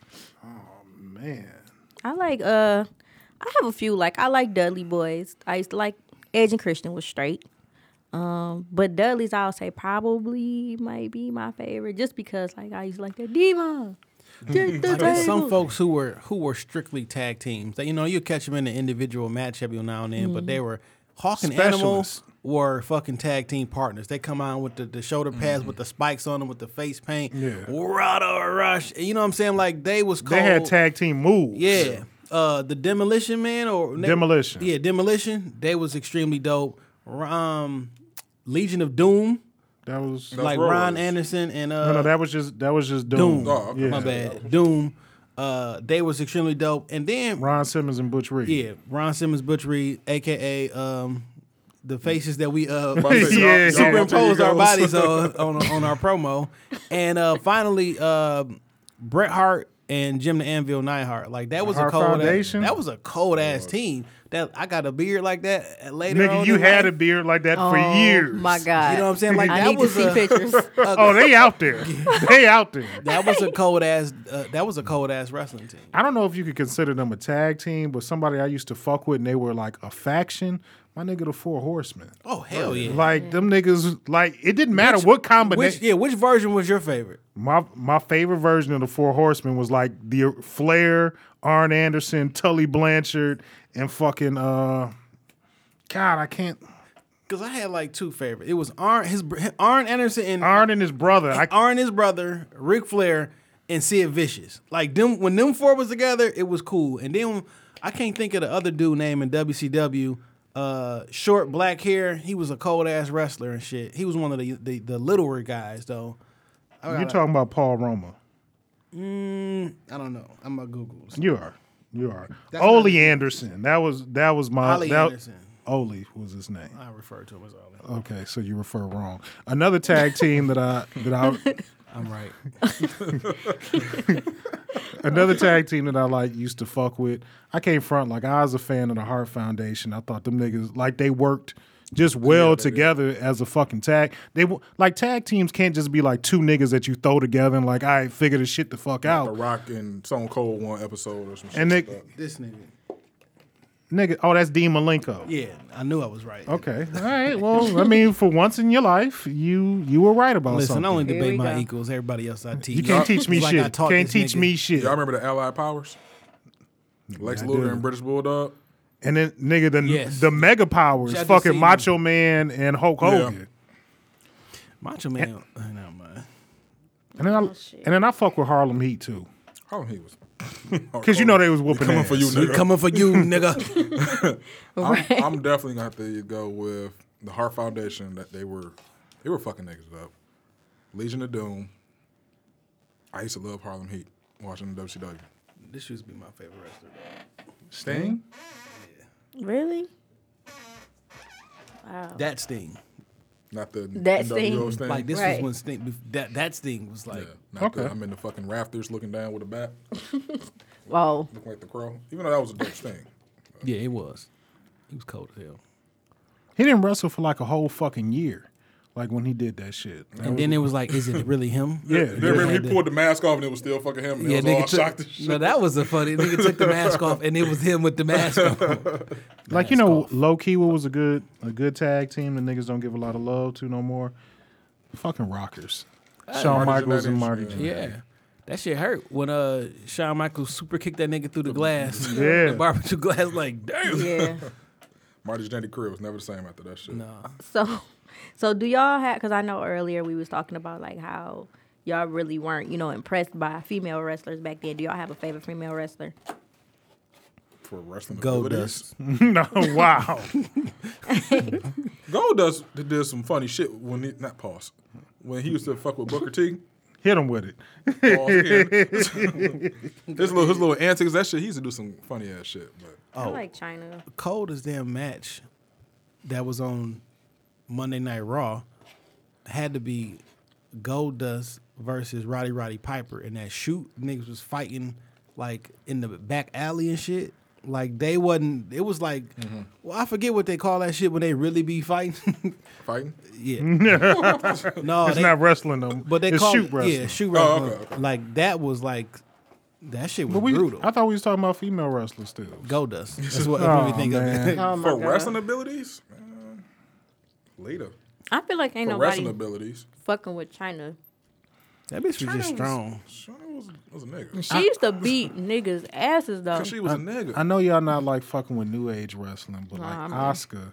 Oh man.
I like uh I have a few like I like Dudley boys. I used to like Edge and Christian was straight. Um, but Dudley's I'll say probably might be my favorite just because like I used to like that Devon. Get the
There's some
table.
folks who were who were strictly tag teams. That you know, you catch them in an individual match every now and then, but they were Hawk and Animal
Specialists.
were fucking tag team partners. They come out with the, the shoulder pads with the spikes on them with the face paint.
Mm-hmm. Yeah.
Rada rush. You know what I'm saying? Like they was called
They had tag team moves.
Yeah. Uh the Demolition Man or
Demolition.
Yeah, Demolition. They was extremely dope. Um Legion of Doom,
That was
That's
like
Road
Ron
Warriors.
Anderson and uh
no, no. That was just that was just Doom.
Doom.
Oh, okay.
Yeah.
My bad. Doom. Uh, they was extremely dope. And then
Ron Simmons and Butch Reed.
yeah, Ron Simmons, Butch Reed, aka um, the faces that we uh
About to say,
Yeah,
y'all- y'all
superimpose our
egos.
bodies on on, on our promo. And uh, finally, uh, Bret Hart and Jim the Anvil Neidhart. Like that was a
Hart
cold
Foundation?
Ass, that was a cold ass team. That I got a beard like that uh, later. on
Nigga, you
in
had a
life.
beard like that for
Oh,
years.
My God.
You know what I'm saying? Like
I
that
need to
was
see
a,
pictures.
Oh, they out there. they out there.
that was a cold ass uh, that was a cold ass wrestling team.
I don't know if you could consider them a tag team, but somebody I used to fuck with and they were like a faction. My nigga, the Four Horsemen.
Oh hell yeah!
Like them niggas, like it didn't matter what
Which
combination.
yeah, which version was your favorite?
My my favorite version of the Four Horsemen was like the Flair, Arn Anderson, Tully Blanchard, and fucking uh, God, I can't.
Because I had like two favorites. It was Arn, his br- Arn Anderson and Arn,
Arn and his brother. I,
his brother, Ric Flair, and Sid Vicious. Like them when them four was together, it was cool. And then I can't think of the other dude name in WCW. Uh, short black hair. He was a cold ass wrestler and shit. He was one of the the, the littler guys though. Oh,
you're talking about Paul Roma.
I don't know. I'm gonna Google.
You are. You are. Ole Anderson. That was that was my
Ollie
that,
Anderson.
Ole was his name.
I refer to him as Ollie.
Okay, so you refer wrong. Another tag team that I that I
I'm right.
another tag team that I like used to fuck with. I came front like I was a fan of the Heart Foundation. I thought them niggas like they worked just well together as a fucking tag. They w- like tag teams can't just be like two niggas that you throw together and like I figure this shit the fuck
The
out.
Rock and Stone Cold one episode or some shit.
And
like
they-
that.
This nigga.
Nigga, oh that's Dean Malenko.
Yeah, I knew I was right.
Okay. All right. Well, I mean, for once in your life, you you were right about
Listen, I
something.
only
Here
debate
we
my
go.
equals. Everybody else I teach.
you can't teach me
It's like I
shit.
taught
can't
this
teach
nigga.
me shit.
Y'all remember the Allied Powers? Lex
I do.
Luger and British Bulldog.
And then nigga, the
Yes.
the mega powers,
Shout out to
fucking
Seaman.
Macho Man and Hulk
Yeah.
Hogan.
Macho Man. oh, never mind.
And then I and then I fuck with Harlem Heat too,
Harlem Heat Oh, was.
because you know they was whooping
coming
ass.
for you,
We
nigga.
coming for you, nigga.
I'm, I'm definitely gonna have to go with the Heart Foundation that they were they were fucking niggas up. Legion of Doom. I used to love Harlem Heat watching the WCW.
this used to be my favorite wrestler.
Sting?
really?
That Sting.
Not the
That Sting.
NWO Sting.
Like this was
Right.
when Sting. bef- That that Sting was
Yeah,
like.
not
Okay.
the- I'm in the fucking rafters looking down with a bat,
Wow.
looking like the crow. Even though that was a dope thing.
Yeah, it was. He was cold as hell.
He didn't wrestle for like a whole fucking year, like when he did that shit. That
And
was-
then it was like, is it really him?
yeah,
They
yeah.
remember he pulled the mask off and it was still fucking him. And yeah, was all
nigga
shocked as
took,
shit.
no, that was a funny nigga took the mask off and it was him with the mask on.
like you know, low key, what was a good a good tag team that niggas don't give a lot of love to no more. Fucking rockers, Shawn
Marty
Michaels and
Jannetty,
Marty.
yeah.
Jannetty.
Uh, Yeah. That shit hurt when uh Shawn Michaels super kicked that nigga through the glass.
Yeah.
The barbecue glass, like, damn.
Yeah.
Marty's Dandy career was never the same after that shit.
So, so do y'all have? Because I know earlier we was talking about like how y'all really weren't, you know, impressed by female wrestlers back then. Do y'all have a favorite female wrestler?
For wrestling
Gold
abilities.
no, wow.
Gold Dust did- did some funny shit when he, not pause. When he used to fuck with Booker T.
Hit him with it.
Pause again. his little his little antics, that shit, he used to do some funny ass shit. But
I like China.
cold as damn match that was on Monday Night Raw had to be Gold Dust versus Roddy Roddy Piper and that shoot niggas was fighting like in the back alley and shit. Like they wasn't it was like
Mm-hmm.
well I forget what they call that shit when they really be fighting.
fighting.
Oh
yeah. no,
It's
they,
not wrestling them,
but they
it's
call
shoot
it-
wrestling.
Yeah, shoot wrestling.
okay, okay.
Like that was like That shit was
But we,
brutal.
I thought we was talking about female wrestlers still.
Goldust. That's what everyone think of.
Oh my
For
God.
wrestling abilities? Man, later.
I feel like ain't
For
nobody
wrestling abilities.
fucking with China.
that bitch was just strong.
Shauna was, was a nigga.
She used to beat niggas' asses though.
'Cause She was a nigga.
I know y'all not like fucking with new age wrestling, but like
I'm not.
Oscar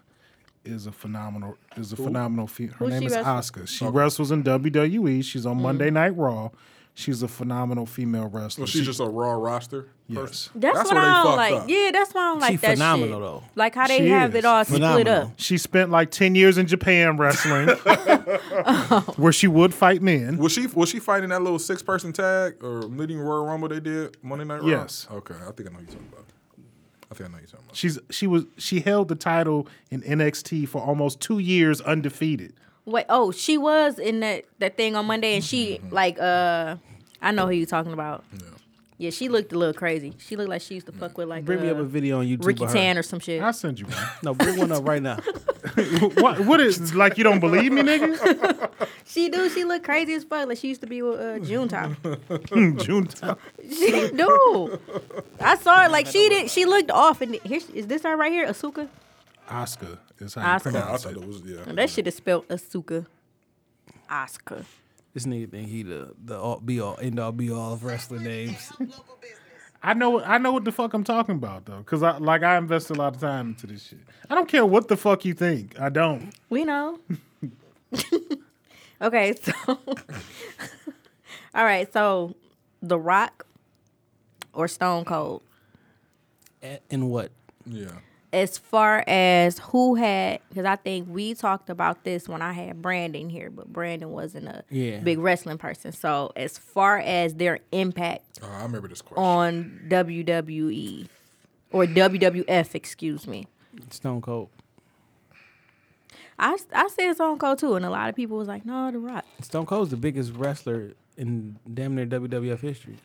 is a phenomenal is a phenomenal. Fe- her
Who
name
she Mm.
is
wrestle-
Oscar. She wrestles in WWE. She's on Monday Night Raw. She's a phenomenal female wrestler.
Well, she's Oh, just a raw roster.
Yes.
person.
That's, what
where
I
they
don't
fucked
like.
up.
Yeah, that's why I don't like that
phenomenal,
shit.
though.
Like how they
She
have
is.
it all split
Phenomenal.
up.
She spent like ten years in Japan wrestling, where she would fight men.
Was she was she fighting that little six person tag or leading Royal Rumble they did Monday Night Raw?
Yes.
Okay, I think I know what you're talking about. I think I know what you're talking about.
She's she was she held the title in NXT for almost two years undefeated.
Wait, oh, she was in that that thing on Monday, and she like uh, I know who you talking about. Yeah. she looked a little crazy. She looked like she used to fuck with like
Bring me
uh,
up a video on YouTube.
Ricky
of her.
Tan or some shit.
I send you one.
No, bring one up right now.
what what is like you don't believe me, nigga?
She do. She look crazy as fuck. Like she used to be with uh, June Top.
June
she do. I saw her. Like she did. She looked off. And here she- is this her right here, Asuka?
Oscar is how
Asuka.
you
No, I
pronounce
thought
it.
it was yeah.
That shit is spelled Asuka. Asuka.
This nigga think he the the all, be all end all be all of wrestling names.
I know I know what the fuck I'm talking about though, because I like I invest a lot of time into this shit. I don't care what the fuck you think. I don't.
We know. okay, so all right, so The Rock or Stone Cold.
A- And what?
Yeah.
As far as who had, because I think we talked about this when I had Brandon here, but Brandon wasn't a
Yeah.
big wrestling person. So as far as their impact
Uh, I remember this question.
on WWE or WWF, excuse me,
Stone Cold.
I I said Stone Cold too, and a lot of people was like, "No, The Rock."
Stone Cold's the biggest wrestler in damn near WWF history.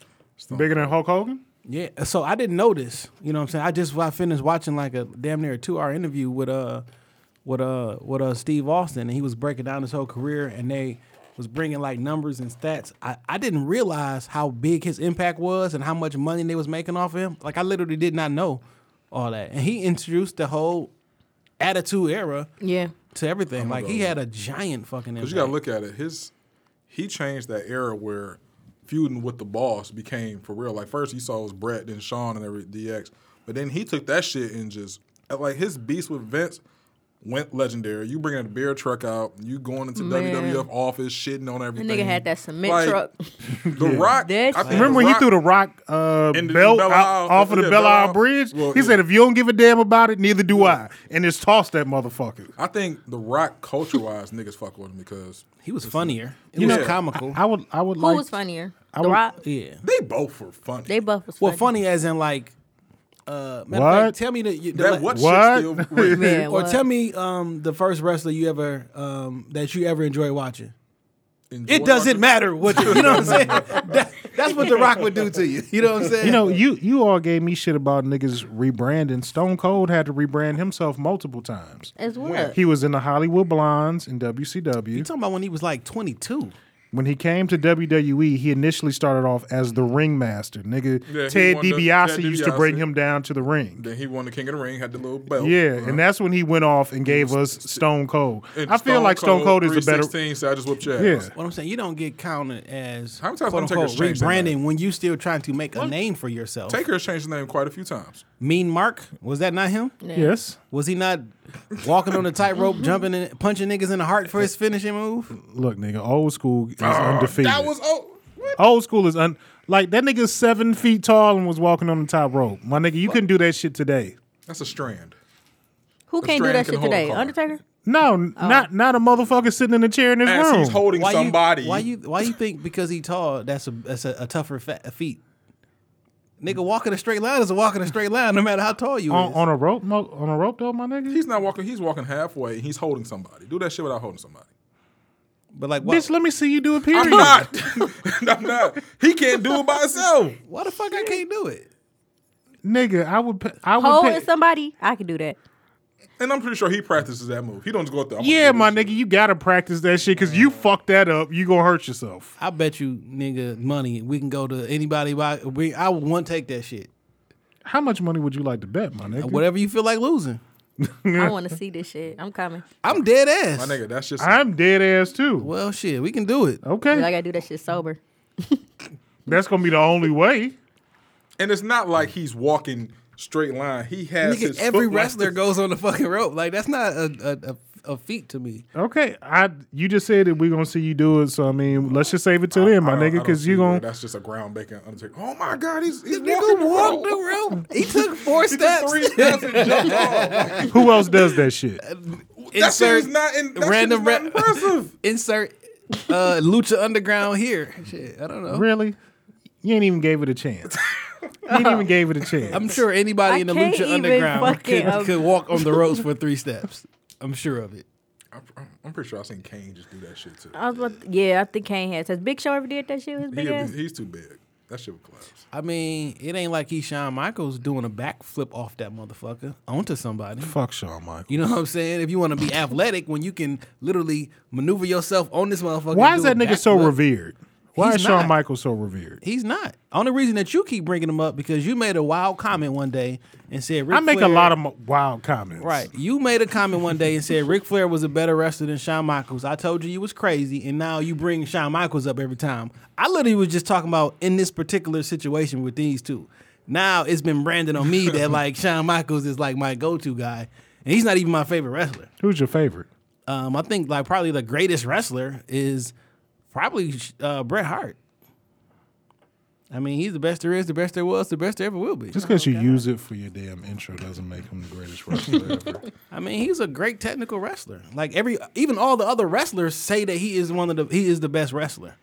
Bigger than Hulk Hogan?
Yeah, so I didn't know this. You know what I'm saying? I just I finished watching like a damn near a two hour interview with uh with uh with uh Steve Austin, and he was breaking down his whole career, and they was bringing like numbers and stats. I I didn't realize how big his impact was and how much money they was making off him. Like I literally did not know all that, and he introduced the whole attitude era
Yeah,
to everything. Like he had a giant fucking.
Because
Impact.
you gotta look at it. His he changed that era where feuding with the boss became for real. Like first you saw it was Brett, then Sean and every DX. But then he took that shit and just like his beast with Vince went legendary. You bringing a beer truck out, you going into
Man.
WWF office, shitting on everything.
nigga had that cement
Like,
truck.
The Rock.
That
I think
Remember
The
when he
Rock-
threw the rock uh,
In the-
belt
Belle
out,
Isle-
off of the
yeah,
Belle
Belle
Isle
Isle.
Bridge?
Well,
he
yeah.
said, "If you don't give a damn about it, neither do I." And just tossed that motherfucker.
I think The Rock culture wise, niggas fuck with him because
he was funnier. It was
know,
comical.
I would, I would
Who
like.
was funnier?
I
the
would-
Rock.
yeah.
they both were funny.
They both was
e Well,
funny.
funny as in like. Uh, matter
What?
Of fact, tell me the, you- the
that
la-
what,
What?
shit's still real.
Yeah,
or
what?
tell me um, the first wrestler you ever um, that you ever enjoy watching.
Enjoy
It doesn't
watching-
matter what you, you know what I'm saying. That- that's what The Rock would do to you. You know what I'm saying?
You know, you you all gave me shit about niggas rebranding. Stone Cold had to rebrand himself multiple times.
as what?
He was in the Hollywood Blondes in WCW.
you talking about when he was like 22.
When he came to WWE, he initially started off as the ringmaster. Nigga,
Mm-hmm. Yeah, he
Ted
won the-
DiBiase
Ted
used to bring
DiBiase.
him down to the ring.
Then he won the King of the Ring, had the little belt. Uh-huh.
Yeah, and that's when he went off and gave us Stone Cold. I feel like Stone Cold is the better.
16, so I just whooped your
Yeah.
ass.
What I'm saying, you don't get counted as
How many times
quote unquote
Undertaker's changed their
rebranding
name?
when you still trying to make a name for yourself.
Taker has changed his name quite a few times.
mean Mark was that not him?
Yes.
Was he not walking on the tightrope, jumping and punching niggas in the heart for his finishing move?
Look, nigga, old school is undefeated.
Ah, That was oh, what?
old school is un like that nigga's seven feet tall and was walking on the top rope. My nigga, you couldn't do that shit today.
that's a strand.
Who can't do
Strand
that
can
shit
hold a
today?
car.
Undertaker.
No, n- not not a motherfucker sitting in a chair in his
As
room.
he's holding somebody.
You, why you why you think because he tall that's a that's a, a tougher fa- a feat? Nigga walking a straight line is a walking a straight line no matter how tall you
on,
is.
on a rope, mo- on a rope though, my nigga.
He's not walking. He's walking halfway. and He's holding somebody. Do that shit without holding somebody.
but like why,
Bitch, let me see you do a period.
I'm not. I'm not. He can't do it by himself.
why the fuck I can't do it?
Nigga, I would. Pay, I would.
Holding
Pay,
somebody. I can do that.
And I'm pretty sure he practices that move. He don't just go out there. I'm
Yeah,
gonna
my
do
nigga, you gotta practice that shit because you fuck that up, you gonna hurt yourself.
I bet you, nigga, money. We can go to anybody. By, we, I would one take that shit.
How much money would you like to bet, my nigga?
Whatever you feel like losing.
I want to see this shit. I'm coming.
I'm dead ass.
this. My nigga, that's just.
I'm dead ass too.
Well, shit, we can do it.
But I
Okay,
gotta do that shit sober.
that's gonna be the only way.
and it's not like he's walking straight line. He has
Nigga,
his
every
foot like
wrestler
this.
goes on the fucking rope. Like that's not a a, a, a feat to me.
Okay, I you just said that we're gonna see you do it, so I mean, let's just save it to then, my
I don't- I
nigga,
don't
because
see
you
where
gonna
That's just a ground bacon undertaker. Oh my god, he's he's walking
Nigga
the
walked
rope.
the rope. He took four steps.
Three steps and Oh jumped off. Like,
who else does that shit?
that shit
insert
is not in, that
random
shit is not
rap-
impressive.
insert uh, Lucha Underground here. Shit, I don't know.
Really? You ain't even gave it a chance. You ain't even gave it a chance.
I'm sure anybody
I
in the
can't
Lucha
even
Underground
fucking-
could, could walk on the ropes for three steps. I'm sure of it.
I'm, I'm pretty sure I seen Kane just do that shit
Oh,
too.
I was about to- yeah, I think Kane has. Has Big Show ever did that shit with his
He,
big ass?
he's too big. That shit would collapse.
I mean, it ain't like he Shawn Michaels doing a backflip off that motherfucker onto somebody.
Fuck Shawn Michaels.
You know what I'm saying? If you want to be athletic, when you can literally maneuver yourself on this motherfucker.
Why
and
is
do a
that nigga so
backflip.
revered? Why
He's
is Shawn
not.
Michaels so revered?
He's not. Only reason that you keep bringing him up because you made a wild comment one day and said, Ric
I make a
Flair-
lot of mo- wild comments.
Right. You made a comment one day and said Ric Flair was a better wrestler than Shawn Michaels. I told you you was crazy, and now you bring Shawn Michaels up every time. I literally was just talking about in this particular situation with these two. Now it's been branded on me that like Shawn Michaels is like my go-to guy, and he's not even my favorite wrestler.
Who's your favorite?
Um, I think like probably the greatest wrestler is probably uh, Bret Hart. I mean, he's the best there is, the best there was, the best there ever will be.
Just because you use it for your damn intro doesn't make him the greatest wrestler ever.
I mean, he's a great technical wrestler. Like every, even all the other wrestlers say that he is one of the he is the best wrestler.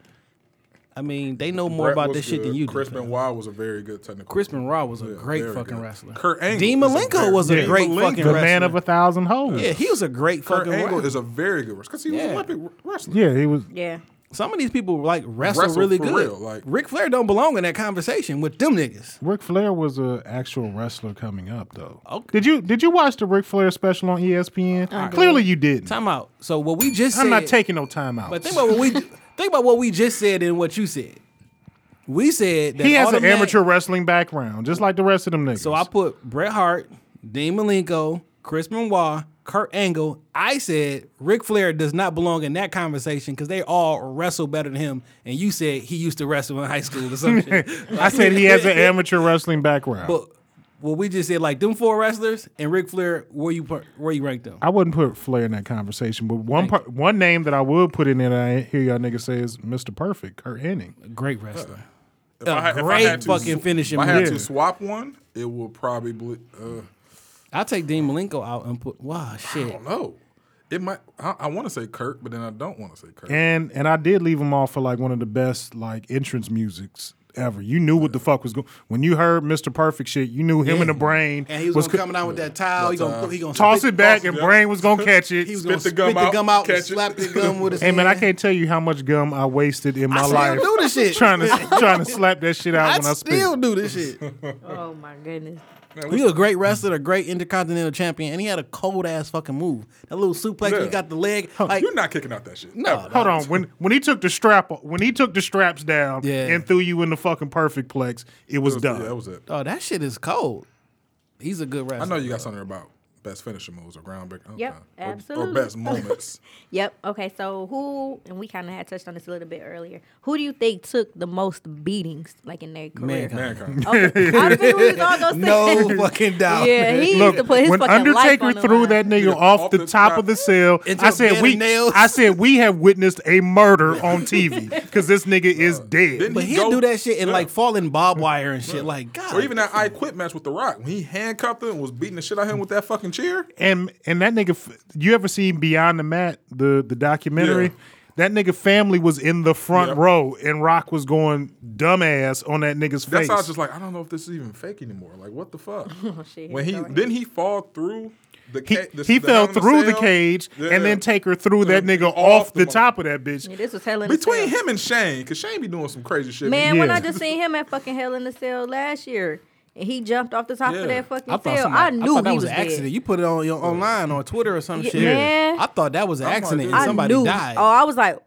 I mean, they know more
Brett
about
was
this shit than
good.
you do.
Crispin
fam.
Wild was a very good technical.
Crispin Raw was a
Yeah,
great
very
fucking
good.
wrestler.
Kurt Angle
Dean
is a
Malenko
very-
was a
Yeah,
great
Malenko.
fucking
the
wrestler.
man of a thousand hoes.
yeah, he was a great
Kurt
fucking
Angle
wrestler.
is a very good wrestler because he was
Yeah.
an Olympic wrestler.
Yeah, he was.
yeah.
Some of these people like wrestle,
Wrestle
really
for
good.
real, like-
Ric Flair don't belong in that conversation with them niggas.
Ric Flair was an actual wrestler coming up, though.
Okay.
Did you did you watch the Ric Flair special on E ESPN? Clearly, you didn't.
Time out. So what we just
I'm
said,
not taking no time out.
But think about what we think about what we just said and what you said. We said that
he has
all
an
the ma-
amateur wrestling background, just like the rest of them niggas.
So I put Bret Hart, Dean Malenko, Chris Benoit, Kurt Angle. I said Ric Flair does not belong in that conversation because they all wrestle better than him. And you said he used to wrestle in high school or something.
I said he has an amateur wrestling background.
But well, we just said like them four wrestlers and Ric Flair. Where you put- where you rank them?
I wouldn't put Flair in that conversation, but one part, one name that I would put in there that I hear y'all niggas say is Mr. Perfect, Kurt Hennig.
Great wrestler.
If I had- if I
great
had to-
fucking finishing
If I had
move.
to swap one, it would probably. Ble- uh,
I take Dean Malenko out and put wow
I
shit.
don't know. It might. I, I want to say Kurt, but then I don't want to say Kurt.
And and I did leave him off for like one of the best like entrance musics ever. You knew what the fuck was going. When you heard Mr. Perfect shit, you knew him in the brain
And he was,
co-
gonna come down with that towel. He gonna he gonna
toss
spit-
it back,
toss it
and
up.
brain was gonna catch it.
He was
spit
gonna
the gum
spit the
out,
gum out, and
catch it.
slap the gum with his
Hey man, I
hand.
can't tell you how much gum I wasted in my
still
life
do this shit.
trying to trying to slap that shit out
I
when I spit.
still do this shit.
Oh my goodness.
He was a great wrestler, a great intercontinental champion, and he had a cold ass fucking move. That little suplex,
Yeah.
he got the leg. Like,
You're not kicking out that shit.
no,
Hold on. When when he took the strap when he took the straps down
Yeah.
and threw you in the fucking perfect plex, it
That
was,
was-
done.
Yeah, that was it.
Oh, that shit is cold. He's a good wrestler.
I know you got something about best finishing moves or groundbreaking. okay.
Yep,
Or- Or,
absolutely.
best moments.
Yep. Okay. So who and we kind of had touched on this a little bit earlier. Who do you think took the most beatings, like in their career?
Mankind.
Mankind.
Okay. I think we was all gonna say
No fucking doubt.
Yeah, he used to put his
when
fucking life
Undertaker
on the
threw
line.
that nigga
Yeah,
off the top of the cell,
Into
I
a bed
said
of
we
nails.
I said we have witnessed a murder on TV because this nigga is dead.
Didn't
but
he
he'll
go-
do that shit and
Yeah.
like fall in barbed wire and shit. Like God,
Or even that I Quit match with The Rock when he handcuffed him and was beating the shit out of him with that fucking chair.
And and that nigga, f- you ever seen Beyond the Mat the the documentary?
Yeah.
That nigga family was in the front
Yep.
row, and Rock was going dumbass on that nigga's
That's
face.
how I was just like, I don't know if this is even fake anymore. Like, what the fuck?
Oh, shit,
when he
go ahead.
didn't he fall through the
He,
ca- the-
he
the
fell
down in
through the
cell?
cage
Yeah.
and then Taker threw that
Yeah.
nigga off the
mother-
top of that bitch.
Yeah, this was hell in a
between
cell.
him and Shane, because Shane be doing some crazy shit.
Man, when
Yeah.
I just seen him at fucking Hell in the Cell last year, and he jumped off the top
Yeah.
of that fucking
I thought
field.
somebody-
I knew
thought that
he
was,
was,
an
dead.
accident. You put it on your online or Twitter or some
Yeah,
shit.
man.
I thought that was an
I'm like,
accident.
dude.
and Somebody
I knew.
died.
Oh, I was like,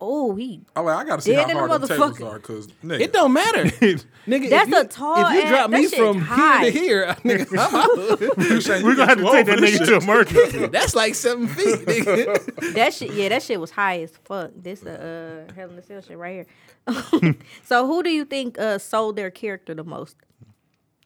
oh, he.
I like I gotta see
Dead
how
in the
hard the tables
motherfucker.
are because nigga,
It don't matter, nigga.
That's
if you,
a tall
If you
ass-
drop
that
me
shit
from
high.
here to here, nigga, I'm out.
We're gonna have to take that nigga to emergency.
that's like seven feet, nigga.
That shit, yeah, that shit was high as fuck. This the uh, Hell in a Cell shit right here. so, who do you think uh, sold their character the most?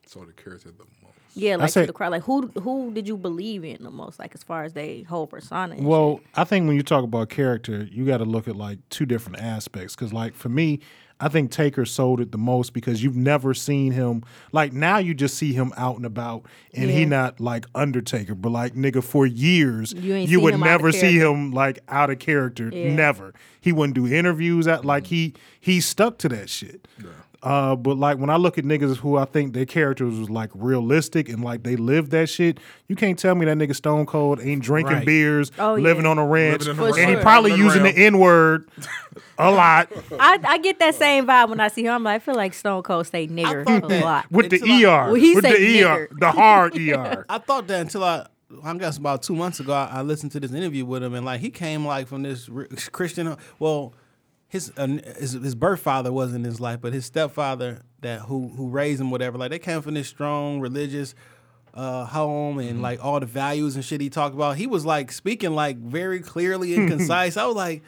So the character the most.
Yeah, like
say-
to the crowd. Like, who who did you believe in the most? Like, as far as they whole persona. and
Well, I think when you talk about character, you got to look at like two different aspects. Because, like, for me, I think Taker sold it the most because you've never seen him. Like, now you just see him out and about, and he
Yeah.
not like Undertaker, but like, nigga, for years,
You
you,
ain't seen
would
him out of
never see
character.
him like out of character.
Yeah.
Never. He wouldn't do interviews. At, like, he he stuck to that shit. Uh, but like when I look at niggas who I think their characters was like realistic and like they lived that shit, you can't tell me that nigga Stone Cold ain't drinking
Right.
beers,
Oh,
living
yeah.
on a ranch,
Living
in the For
and he
sure.
probably
Living
using
around.
the N word a lot
I, I get that same vibe when I see him. I'm like, I feel like Stone Cold say nigger
thought
a
that-
lot.
with the
Until I-
ER,
Well, he
with the
said
ER,
nigger.
the hard ER.
I thought that until I. I guess about two months ago, I, I listened to this interview with him, and like he came like from this r- Christian. Well, his, uh, his his birth father wasn't in his life, but his stepfather that who who raised him, whatever. Like they came from this strong religious uh, home, and like all the values and shit he talked about. He was like speaking like very clearly and concise. I was like,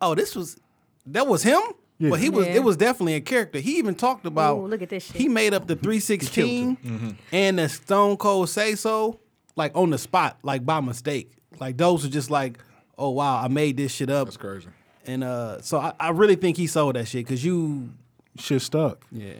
oh, this was that was him. But he was
Yeah.
it was definitely a character. He even talked about
Ooh, look at this shit.
He made up the 316 and the Stone Cold Say So, like on the spot, like by mistake. Like those are just like, oh wow, I made this shit up.
That's crazy.
And uh, so I, I really think he sold that shit because you,
Shit stuck.
yeah,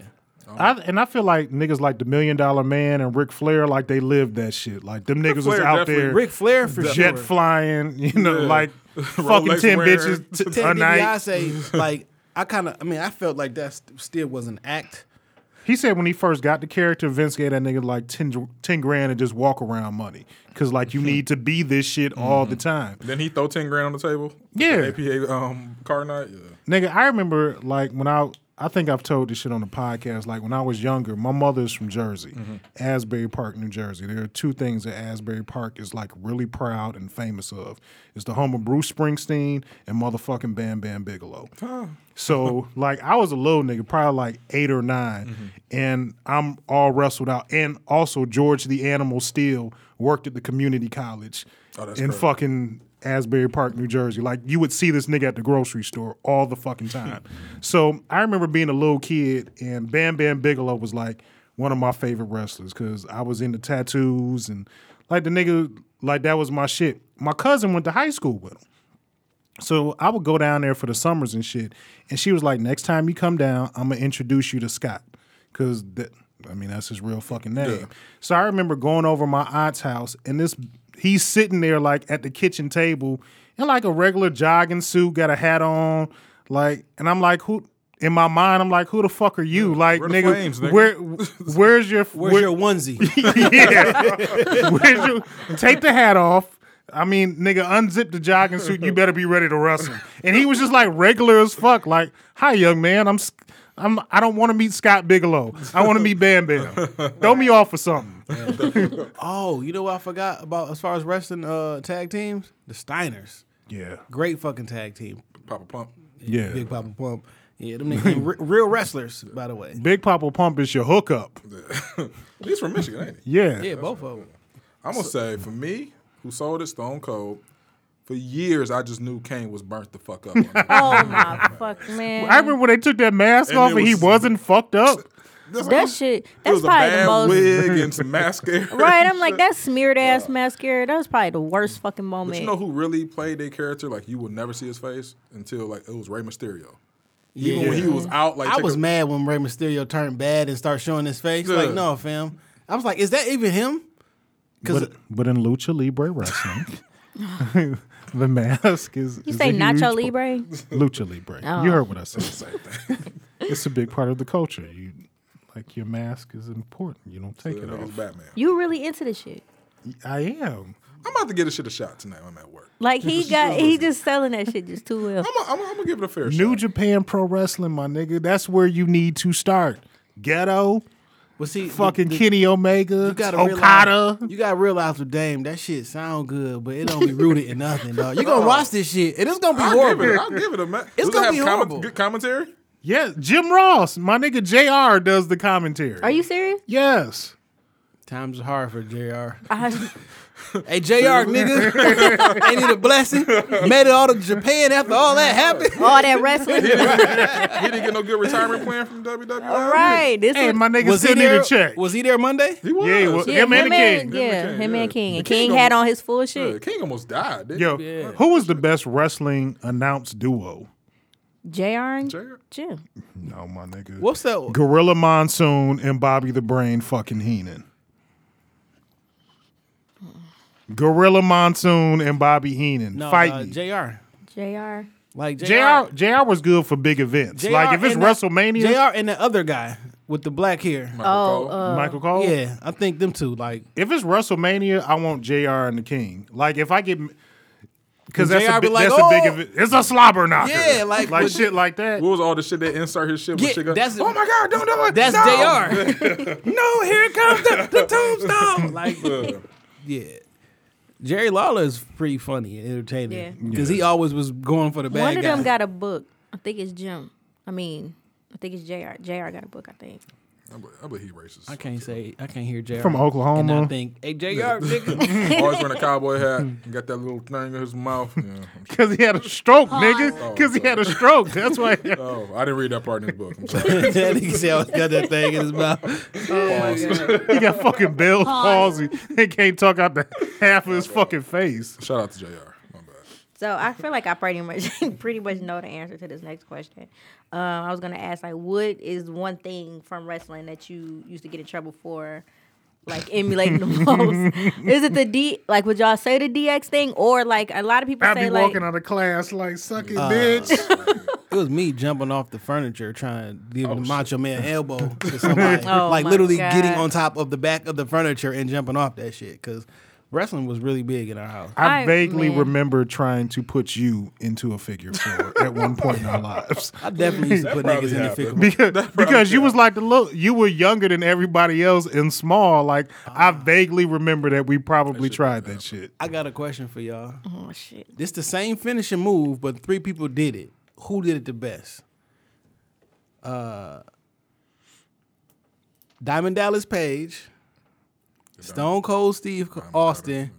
I, and I feel like niggas like the Million Dollar Man and Ric Flair, like they lived that shit. Like them niggas was
Flair
out
definitely-
there,
Ric Flair for
jet
sure.
flying, you know,
Yeah.
like fucking
Rolex
ten
wearing.
bitches t- a
Ted
night.
DiBiase, like I kind of, I mean, I felt like that st- still was an act.
He said when he first got the character, Vince gave that nigga like 10, 10 grand and just walk around money. Cause like you need to be this shit all the time.
Then he throw ten grand on the table.
Yeah.
The APA um car night. Yeah.
Nigga, I remember like when I I think I've told this shit on the podcast. Like when I was younger, my mother's from Jersey,
Mm-hmm.
Asbury Park, New Jersey. There are two things that Asbury Park is like really proud and famous of. It's the home of Bruce Springsteen and motherfucking Bam Bam Bigelow. So like I was a little nigga, probably like eight or 9
Mm-hmm.
and I'm all wrestled out. And also George the Animal Steel worked at the community college
Oh, that's
in
crazy.
fucking Asbury Park, New Jersey. Like you would see this nigga at the grocery store all the fucking time. so I remember being a little kid and Bam Bam Bigelow was like one of my favorite wrestlers because I was into tattoos and like the nigga like that was my shit. My cousin went to high school with him. So I would go down there for the summers and shit. And she was like, next time you come down, I'm gonna introduce you to Scott. Cause that I mean, that's his real fucking name. So I remember going over my aunt's house and this he's sitting there like at the kitchen table in like a regular jogging suit, got a hat on, like, and I'm like, who in my mind, I'm like, who the fuck are you? Like,
where the
nigga,
flames, nigga?
where where's your
Where's
where-
your onesie?
yeah. Where's your- take the hat off. I mean, nigga, unzip the jogging suit. You better be ready to wrestle. And he was just like regular as fuck. Like, hi, young man. I'm, s- I'm, I don't want to meet Scott Bigelow. I want to meet Bam Bam. Throw me off for something.
oh, you know what I forgot about as far as wrestling uh, tag teams? The Steiners,
Yeah,
great fucking tag team.
Papa Pump.
yeah.
Big Papa Pump. Yeah, them niggas re- real wrestlers, by the way.
Big Papa Pump is your hookup.
He's from Michigan, ain't he?
Yeah.
Yeah, both of them.
I'm gonna say for me, who sold it Stone Cold, for years I just knew Kane was burnt the fuck up. on
Oh my fuck, man!
I remember when they took that mask
And
off
it
and he
was-
wasn't fucked up.
that shit.
it
That's
was a
probably the
bad
most.
wig and some mascara.
Right, I'm like that smeared ass mascara. That was probably the worst fucking moment.
But you know who really played their character? Like you would never see his face until like it was Rey Mysterio. Even when he was out, like
I
take
was
a-
mad when Rey Mysterio turned bad and started showing his face. Like,
Yeah.
no, fam. I was like, is that even him? Because
But, but in Lucha Libre wrestling, the mask is.
you
is
say
a
Nacho
huge
Libre?
Lucha Libre.
Oh.
You heard what I said. it's a big part of the culture. You like your mask is important. You don't take
That
it
nigga's
off.
Batman.
You really into this shit?
I am.
I'm about to get this shit a shot tonight when I'm at work.
Like he got he just selling that shit just too well.
I'm gonna I'm gonna give it a fair
New
shot.
Japan Pro Wrestling, my nigga. That's where you need to start. Ghetto,
Well, see, the-
Fucking
the-
Kenny Omega,
You gotta
Okada.
realize, you gotta realize with Dame that shit sound good, but it don't be rooted in nothing, dog. You gonna watch this shit and it's gonna be
I'll
horrible.
give it. I'll give it a man.
It's
Does it
gonna
have
be
comment-
horrible.
Good commentary.
Yeah, Jim Ross, my nigga Jr. does the commentary.
Are you serious?
Yes.
Times are hard for Jr.
I,
Hey Jr. nigga, ain't it a blessing? Made it all to Japan after all that happened.
all that wrestling.
He didn't get no good retirement plan from E? WWE.
All right. This
Hey,
is
my nigga
Was he
sent me
there?
the check.
Was he there Monday?
He was.
Yeah, he was.
Yeah,
him and the King.
Yeah, him
yeah.
and King.
The
And
King
King had
almost-
on his full
the
shit.
King almost died. Didn't
Yo,
he?
who was the best wrestling announced duo?
JR and
Jared?
Jim.
No, my nigga.
What's that?
Gorilla Monsoon and Bobby the Brain fucking Heenan. Gorilla Monsoon and Bobby Heenan
No, uh,
fighting.
Jr.
JR.
Like Jr.
JR, JR was good for big events.
JR
like if it's
and that-
WrestleMania,
Jr. and the other guy with the black hair.
Oh,
uh, Michael Cole.
Yeah, I think them two. Like
If it's WrestleMania, I want JR and the King. Like if I get because
And
that's,
JR
a,
be
big
like,
that's a big
"Oh."
event. It's a slobber knocker.
Yeah, like-
like shit like that.
what was all the shit they insert his shit? when
Yeah,
shit got-
that's-
oh my god! Don't do it.
that's
no!
Jr. no, here comes the, the tombstone. Like
Yeah.
yeah. Jerry Lawler is pretty funny and
Yeah.
entertaining because he always was going for the bad
One
guy.
of them got a book. I think it's Jim. I mean, I think it's JR. JR got a book, I think.
I believe- I believe he racist.
I can't say I can't hear Jr.
From Oklahoma.
And I think hey Jr. nigga.
Always wearing a cowboy hat. and Got that little thing in his mouth. Yeah.
Because he had a stroke, nigga.
Oh,
Because he had a stroke. That's why.
Oh, I didn't read that part in his book. I'm sorry.
that nigga said always got that thing in his mouth.
He got fucking Bell's palsy. He can't talk out the half of his fucking face.
Shout out to Jr. My bad.
So I feel like I pretty much pretty much know the answer to this next question. Um, I was gonna ask like, what is one thing from wrestling that you used to get in trouble for, like emulating the most? is it the D? Like, would y'all say the DX thing, or like a lot of people
I'd
say
be
like,
walking out of class like, suck it, bitch.
It was me jumping off the furniture trying to give the Macho Man elbow to somebody.
Oh,
like
my
literally
God.
getting on top of the back of the furniture and jumping off that shit because wrestling was really big in our house.
I,
I-
vaguely
man.
remember trying to put you into a figure four at one point in our lives.
I definitely used to put
probably
niggas in the
happened.
figure.
Because, because you was like the little, you were younger than everybody else and small. Like I vaguely remember that we probably tried Ah. that shit.
I got a question for y'all.
oh shit,
It's the same finishing move, but three people did it. Who did it the best? Uh, Diamond Dallas Page, Stone Cold Steve Austin,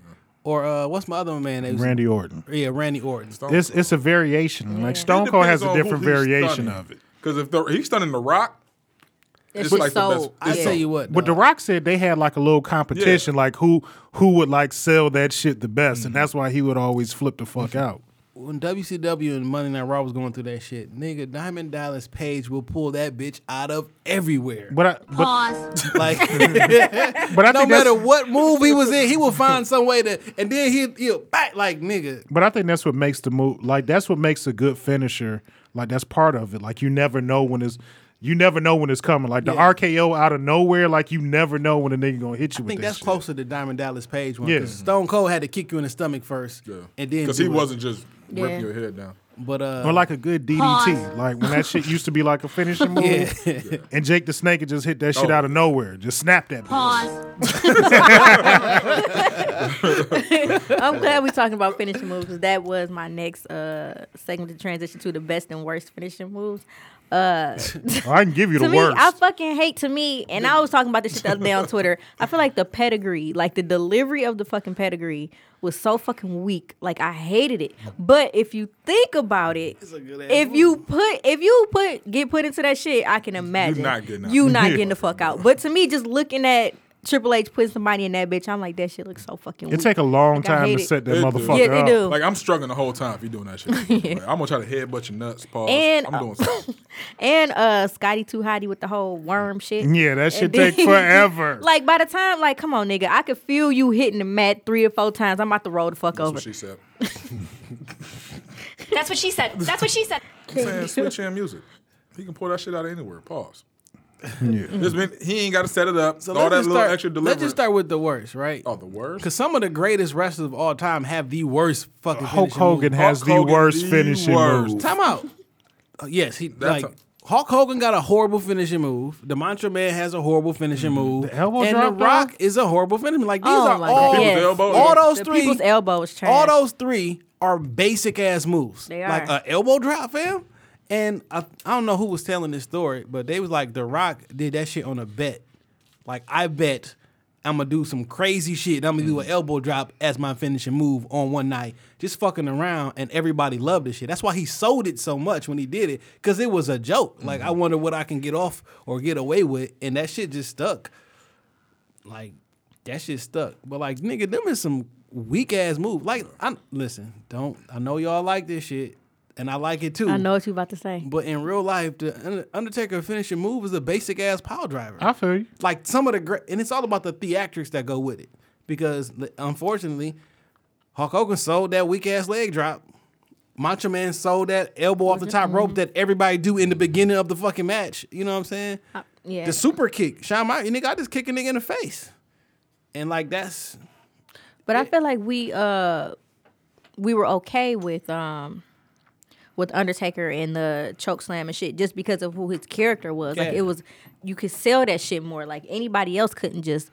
or uh, what's my other man? That was-
Randy Orton.
Yeah, Randy Orton.
It's it's a variation. Like Stone Cold has a different variation of it.
Because if the, he's stunning the Rock,
it's,
It's
just
like the
so.
best-
I tell you what,
But The
dog.
Rock said they had like a little competition, like who who would like sell that shit the best,
Mm-hmm.
and that's why he would always flip the fuck out.
when WCW and Monday Night Raw was going through that shit, nigga, Diamond Dallas Page will pull that bitch out of everywhere.
But I but,
Like,
but I
no
think that's,
matter what move he was in, he will find some way to, and then he he'll back like nigga.
but I think that's what makes the move like that's what makes a good finisher. Like that's part of it. Like you never know when it's you never know when it's coming. Like the RKO out of nowhere, like you never know when a nigga gonna hit
I
you with
think
that
that's
shit.
closer to Diamond Dallas Page one.
Yeah.
'cause Stone Cold had to kick you in the stomach first, and then
because
do
he
it.
wasn't just
Yeah.
ripping your head down.
But uh,
Or like a good DDT. Like when that shit used to be like a finishing move. And Jake the Snake would just hit that shit
Oh.
out of nowhere. Just snap that bitch.
I'm glad we're talking about finishing moves because that was my next uh segment to transition to the best and worst finishing moves. Uh,
I can give you the
to me,
worst.
I fucking hate to me, and I was talking about this shit the other day on Twitter. I feel like the pedigree, like the delivery of the fucking pedigree, was so fucking weak. Like I hated it. But if you think about it, if you put if you put get put into that shit, I can imagine
not getting out.
you not getting the fuck out. But to me, just looking at Triple H putting somebody in that bitch, I'm like that shit looks so fucking.
It
weak.
take a long
Like, I
time
hate
to
it.
set that
It do.
motherfucker
Yeah, it
up.
do.
Like I'm struggling the whole time if you're doing that shit. Like, I'm gonna try to headbutt your nuts, pause.
And-
I'm doing something.
and uh Scotty Too Hottie with the whole worm shit.
Yeah, that shit
And then-
take forever.
like by the time, like, come on, nigga, I could feel you hitting the mat three or four times. I'm about to roll the fuck
That's
over.
what she said.
That's what she said. That's what she said.
Saying switch in music. He can pull that shit out of anywhere. Pause. There's been he ain't got to set it up.
so
all
let's
that
just
little
start-
extra delivery.
Let's just start with the worst, right?
Oh, the worst.
Because some of the greatest wrestlers of all time have the worst fucking.
Hulk
finishing
Hogan
move.
has
Hulk
the
Hogan,
worst
the
finishing
worst.
move.
Time out. Uh, yes, he
That's
like
a-
Hulk Hogan got a horrible finishing move. The Mantra Man has a horrible finishing move.
Mm-hmm. The elbow
and
drop,
The Rock is a horrible finishing. Like these
Oh
are
my
all,
God, yes.
People's elbow.
all those
The
three.
people's elbow is trash.
All those three are basic ass moves.
They
Like
are.
an elbow drop, fam. And I, I don't know who was telling this story, but they was like, The Rock did that shit on a bet. Like I bet I'm gonna do some crazy shit. I'm gonna do
Mm.
an elbow drop as my finishing move on one night, just fucking around, and everybody loved this shit. That's why he sold it so much when he did it, cause it was a joke. Like
Mm.
I wonder what I can get off or get away with, and that shit just stuck. Like that shit stuck. But like nigga, them is some weak ass move. Like I listen, don't I know y'all like this shit, and I like it too.
I know what you about to say.
But in real life, the Un- Undertaker finishing move is a basic ass power driver.
I feel you.
Like some of the great, and it's all about the theatrics that go with it. Because li- unfortunately, Hulk Hogan sold that weak ass leg drop. Macho Man sold that elbow off the top rope that everybody do in the beginning of the fucking match. You know what I'm saying?
yeah.
The super kick, Shawn Michaels, nigga, I just kick a nigga in the face, and like that's
But I feel like we uh we were okay with um with Undertaker and the choke slam and shit just because of who his character was. Like
Yeah.
it was you could sell that shit more. Like anybody else couldn't just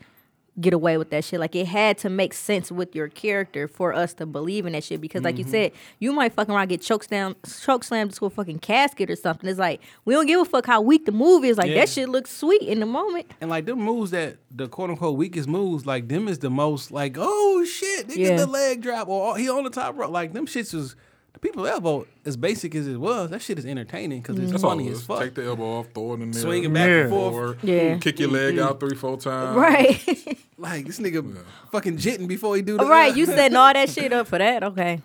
get away with that shit. Like it had to make sense with your character for us to believe in that shit. Because
Mm-hmm.
like you said, you might fucking around get choked down choke slammed to a fucking casket or something. It's like we don't give a fuck how weak the move is. Like
Yeah.
that shit looks sweet in the moment.
And like them moves that the quote unquote weakest moves, like them is the most like oh shit, they
Yeah.
get the leg drop or oh, he on the top rope. Like them shits was the people elbow as basic as it was. That shit is entertaining because it's
Mm-hmm.
That's all
funny
it
as
is.
fuck.
Take the elbow off, throw it in there.
Swing it back and
Yeah.
forth.
Yeah. Mm-hmm.
Kick your leg out three, four times.
Right.
Like this nigga fucking jitting before he do the
All Oh, right, you setting all that shit up for that? Okay.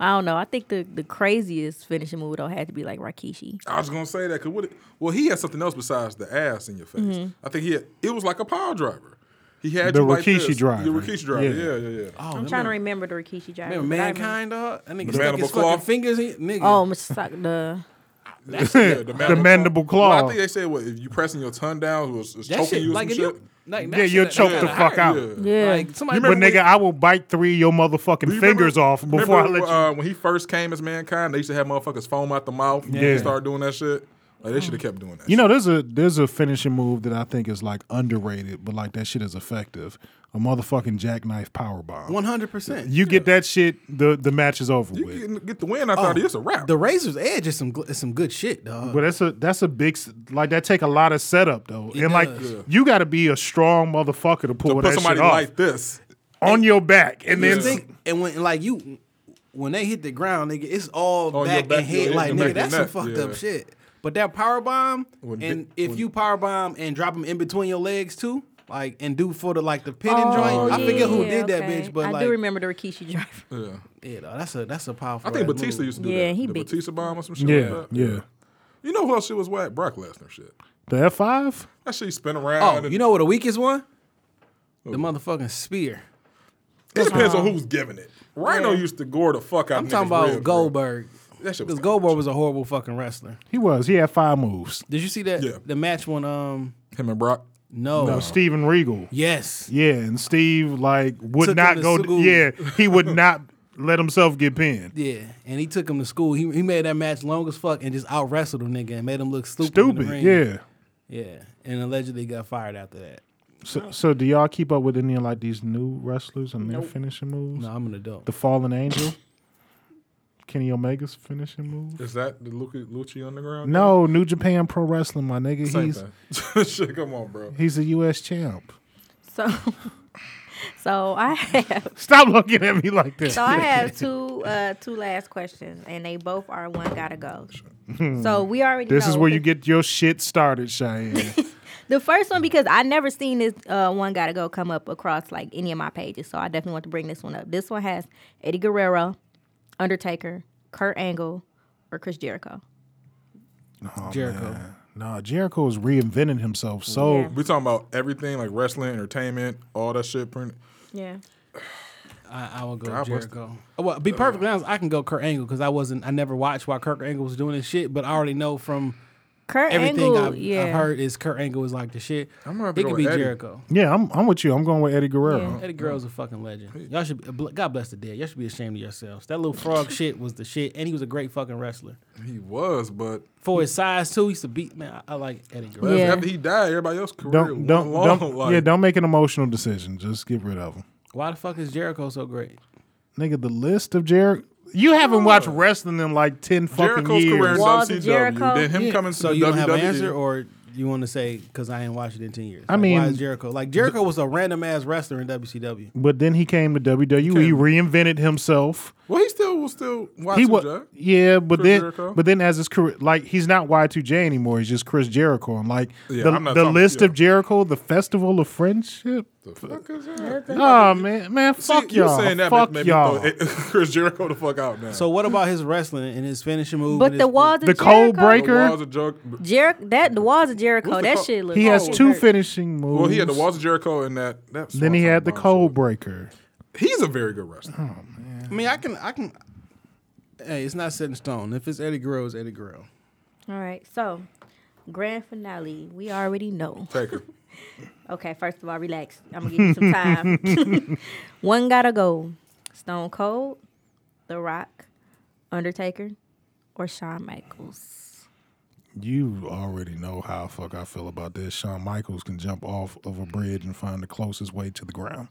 I don't know. I think the, the craziest finishing move though had to be like Rakishi.
I was gonna say that because what? It, well, he had something else besides the ass in your face.
Mm-hmm.
I think he had, it was like a power driver. He had
The
you like
Rikishi
this.
driver.
The Rikishi driver.
Yeah.
Yeah, yeah, yeah.
Oh,
I'm trying to remember the Rikishi driver.
remember
but I
mankind dog. That nigga
The
stuck his
mandible
fucking
claw.
fingers in nigga.
Oh, Mr. Sock, the
Yeah, the
The mandible claw.
Well, I think they said what if you pressing your tongue down was, was
that
choking
shit
you. or
like
some
if
shit.
you like
Yeah, you'll choke the fuck out.
yeah.
Like somebody
But nigga, I will bite three of your motherfucking
You
fingers
remember-
off before I
remember,
let you.
uh, When he first came as mankind, they used to have motherfuckers foam out the mouth. Yeah,
Yeah.
they started doing that shit. Like they should have kept doing that.
You know, there's a there's a finishing move that I think is like underrated, but like that shit is effective. A motherfucking jackknife power bomb.
one hundred percent.
You get that shit, the the match is over
shit.
with.
you get, get the win. I
Oh,
thought it's a wrap.
The Razor's Edge is some gl- is some good shit, dog.
But that's a that's a big s- like that take a lot of setup though,
It
and like
does. Yeah.
you got to be a strong motherfucker to pull
to put
that
somebody
shit off
like this.
on your back, and
And
then
think, and when like you, when they hit the ground, nigga, it's all
On Oh, your
back,
back,
and head.
your-
Like
your
nigga,
back
that's
and
some
neck,
fucked
yeah.
up shit. But that power bomb,
When
and
di-
if
when-
you power bomb and drop them in between your legs too, like and do for the like the pin and
Oh,
joint. I forget who
yeah,
did that
okay.
bitch, but
I
like
do remember the Rikishi driver.
Yeah.
yeah, dog, that's a that's a powerful.
I think
ass
Batista
move.
used to do
Yeah,
that.
he
the
big.
Batista bomb or some shit.
yeah,
like that.
yeah,
You know who else shit was whack? Brock Lesnar shit.
the F five.
That shit spin around.
Oh,
and-
you know what the weakest one? The motherfucking spear.
It depends on who's giving it. Rhino used to gore the fuck out.
I'm
niggas'
talking about
ribs, bro.
Goldberg.
That shit was
Because
kinda
Goldberg was a horrible fucking wrestler.
He was he had five moves.
Did you see that
Yeah.
the match when um
Him and Brock.
no,
Uh, Steven Regal,
yes
yeah, and Steve like would
Took him
not
to
go.
school.
Yeah, he would not let himself get pinned.
Yeah, and he took him to school. He, he made that match long as fuck and just out wrestled him nigga and made him look stupid. in the
Stupid,
ring.
yeah.
yeah, and allegedly got fired after that.
So, so do y'all keep up with any of like these new wrestlers and their finishing moves?
No, I'm an adult.
The Fallen Angel, Kenny Omega's finishing move.
Is that the Lucha, Lucha Underground?
No, New Japan Pro Wrestling, my nigga.
Same
he's
thing. shit, come on, bro.
he's a U.S. champ.
So so I have
Stop looking at me like that.
so I have two uh two last questions and they both are one gotta go. So we already
This is
know
where
the-
you get your shit started, Cheyenne.
The first one because I never seen this uh, one gotta go come up across like any of my pages, so I definitely want to bring this one up. This one has Eddie Guerrero, Undertaker, Kurt Angle, or Chris Jericho.
Jericho.
no, Jericho is reinventing himself. So
Yeah.
We talking about everything like wrestling, entertainment, all that shit. Print.
Yeah,
I, I will go
God bless
Jericho. Oh, well, be perfectly honest, I can go Kurt Angle because I wasn't. I never watched while Kurt Angle was doing his shit, but I already know from
Kurt
Everything
Angle,
I've,
yeah.
I've heard is Kurt Angle is like the shit.
I'm gonna have to
it
go
could
with
be
Eddie.
Jericho.
Yeah, I'm, I'm with you. I'm going with Eddie Guerrero.
Eddie Guerrero's a fucking legend. Y'all should be, God bless the dead. Y'all should be ashamed of yourselves. That little frog shit was the shit, and he was a great fucking wrestler
He was, but
for his size too. He used to beat man. I, I like Eddie Guerrero.
but
Yeah.
after he died, everybody else's career
Don't
went
don't,
long.
don't
like,
yeah. Don't make an emotional decision. Just get rid of him,
Why the fuck is Jericho so great?
nigga. The list of Jericho. You haven't watched wrestling in like ten fucking
Jericho's
years.
career in
Walls
WCW,
of Jericho.
then him coming to E.
so
the
you
WWE.
don't have an answer, or you want to say because I ain't watched it in ten years?
I
Like,
mean,
why is Jericho like Jericho was a random ass wrestler in WCW.
But then he came to WWE, reinvented himself.
well, he still was still Y2J.
He was yeah, but
Chris
then
Jericho?
but then as his career, like he's not Y two J anymore. He's just Chris Jericho, and like
Yeah,
the,
I'm not
the
talking-
list
yeah.
of Jericho, the Festival of Friendship.
The fuck is that?
Oh man, man, fuck
See, you
y'all,
saying that
fuck
made me
y'all.
throw Chris Jericho the fuck out now.
So what about his wrestling and his finishing move?
but
and
the
his-
walls of
the
Jericho,
cold
the
breaker.
walls of Jericho.
Jericho, that the walls of Jericho,
What's the
that
col-
shit. Look,
He
that
has
shit
two
hurt.
finishing moves.
Oh, Well, he had the walls of Jericho and that. that
Then he
Swanton
had the Oh.
bomb
cold
shit.
breaker.
He's a very good wrestler.
I mean, I can, I can. Hey, it's not set in stone. If it's Eddie Guerrero, it's Eddie Guerrero.
All right, so grand finale. We already know.
Taker.
Okay, first of all, relax. I'm gonna give you some time. One gotta go. Stone Cold, The Rock, Undertaker, or Shawn Michaels.
You already know how fuck I feel about this. Shawn Michaels can jump off of
Mm-hmm.
a bridge and find the closest way to the ground.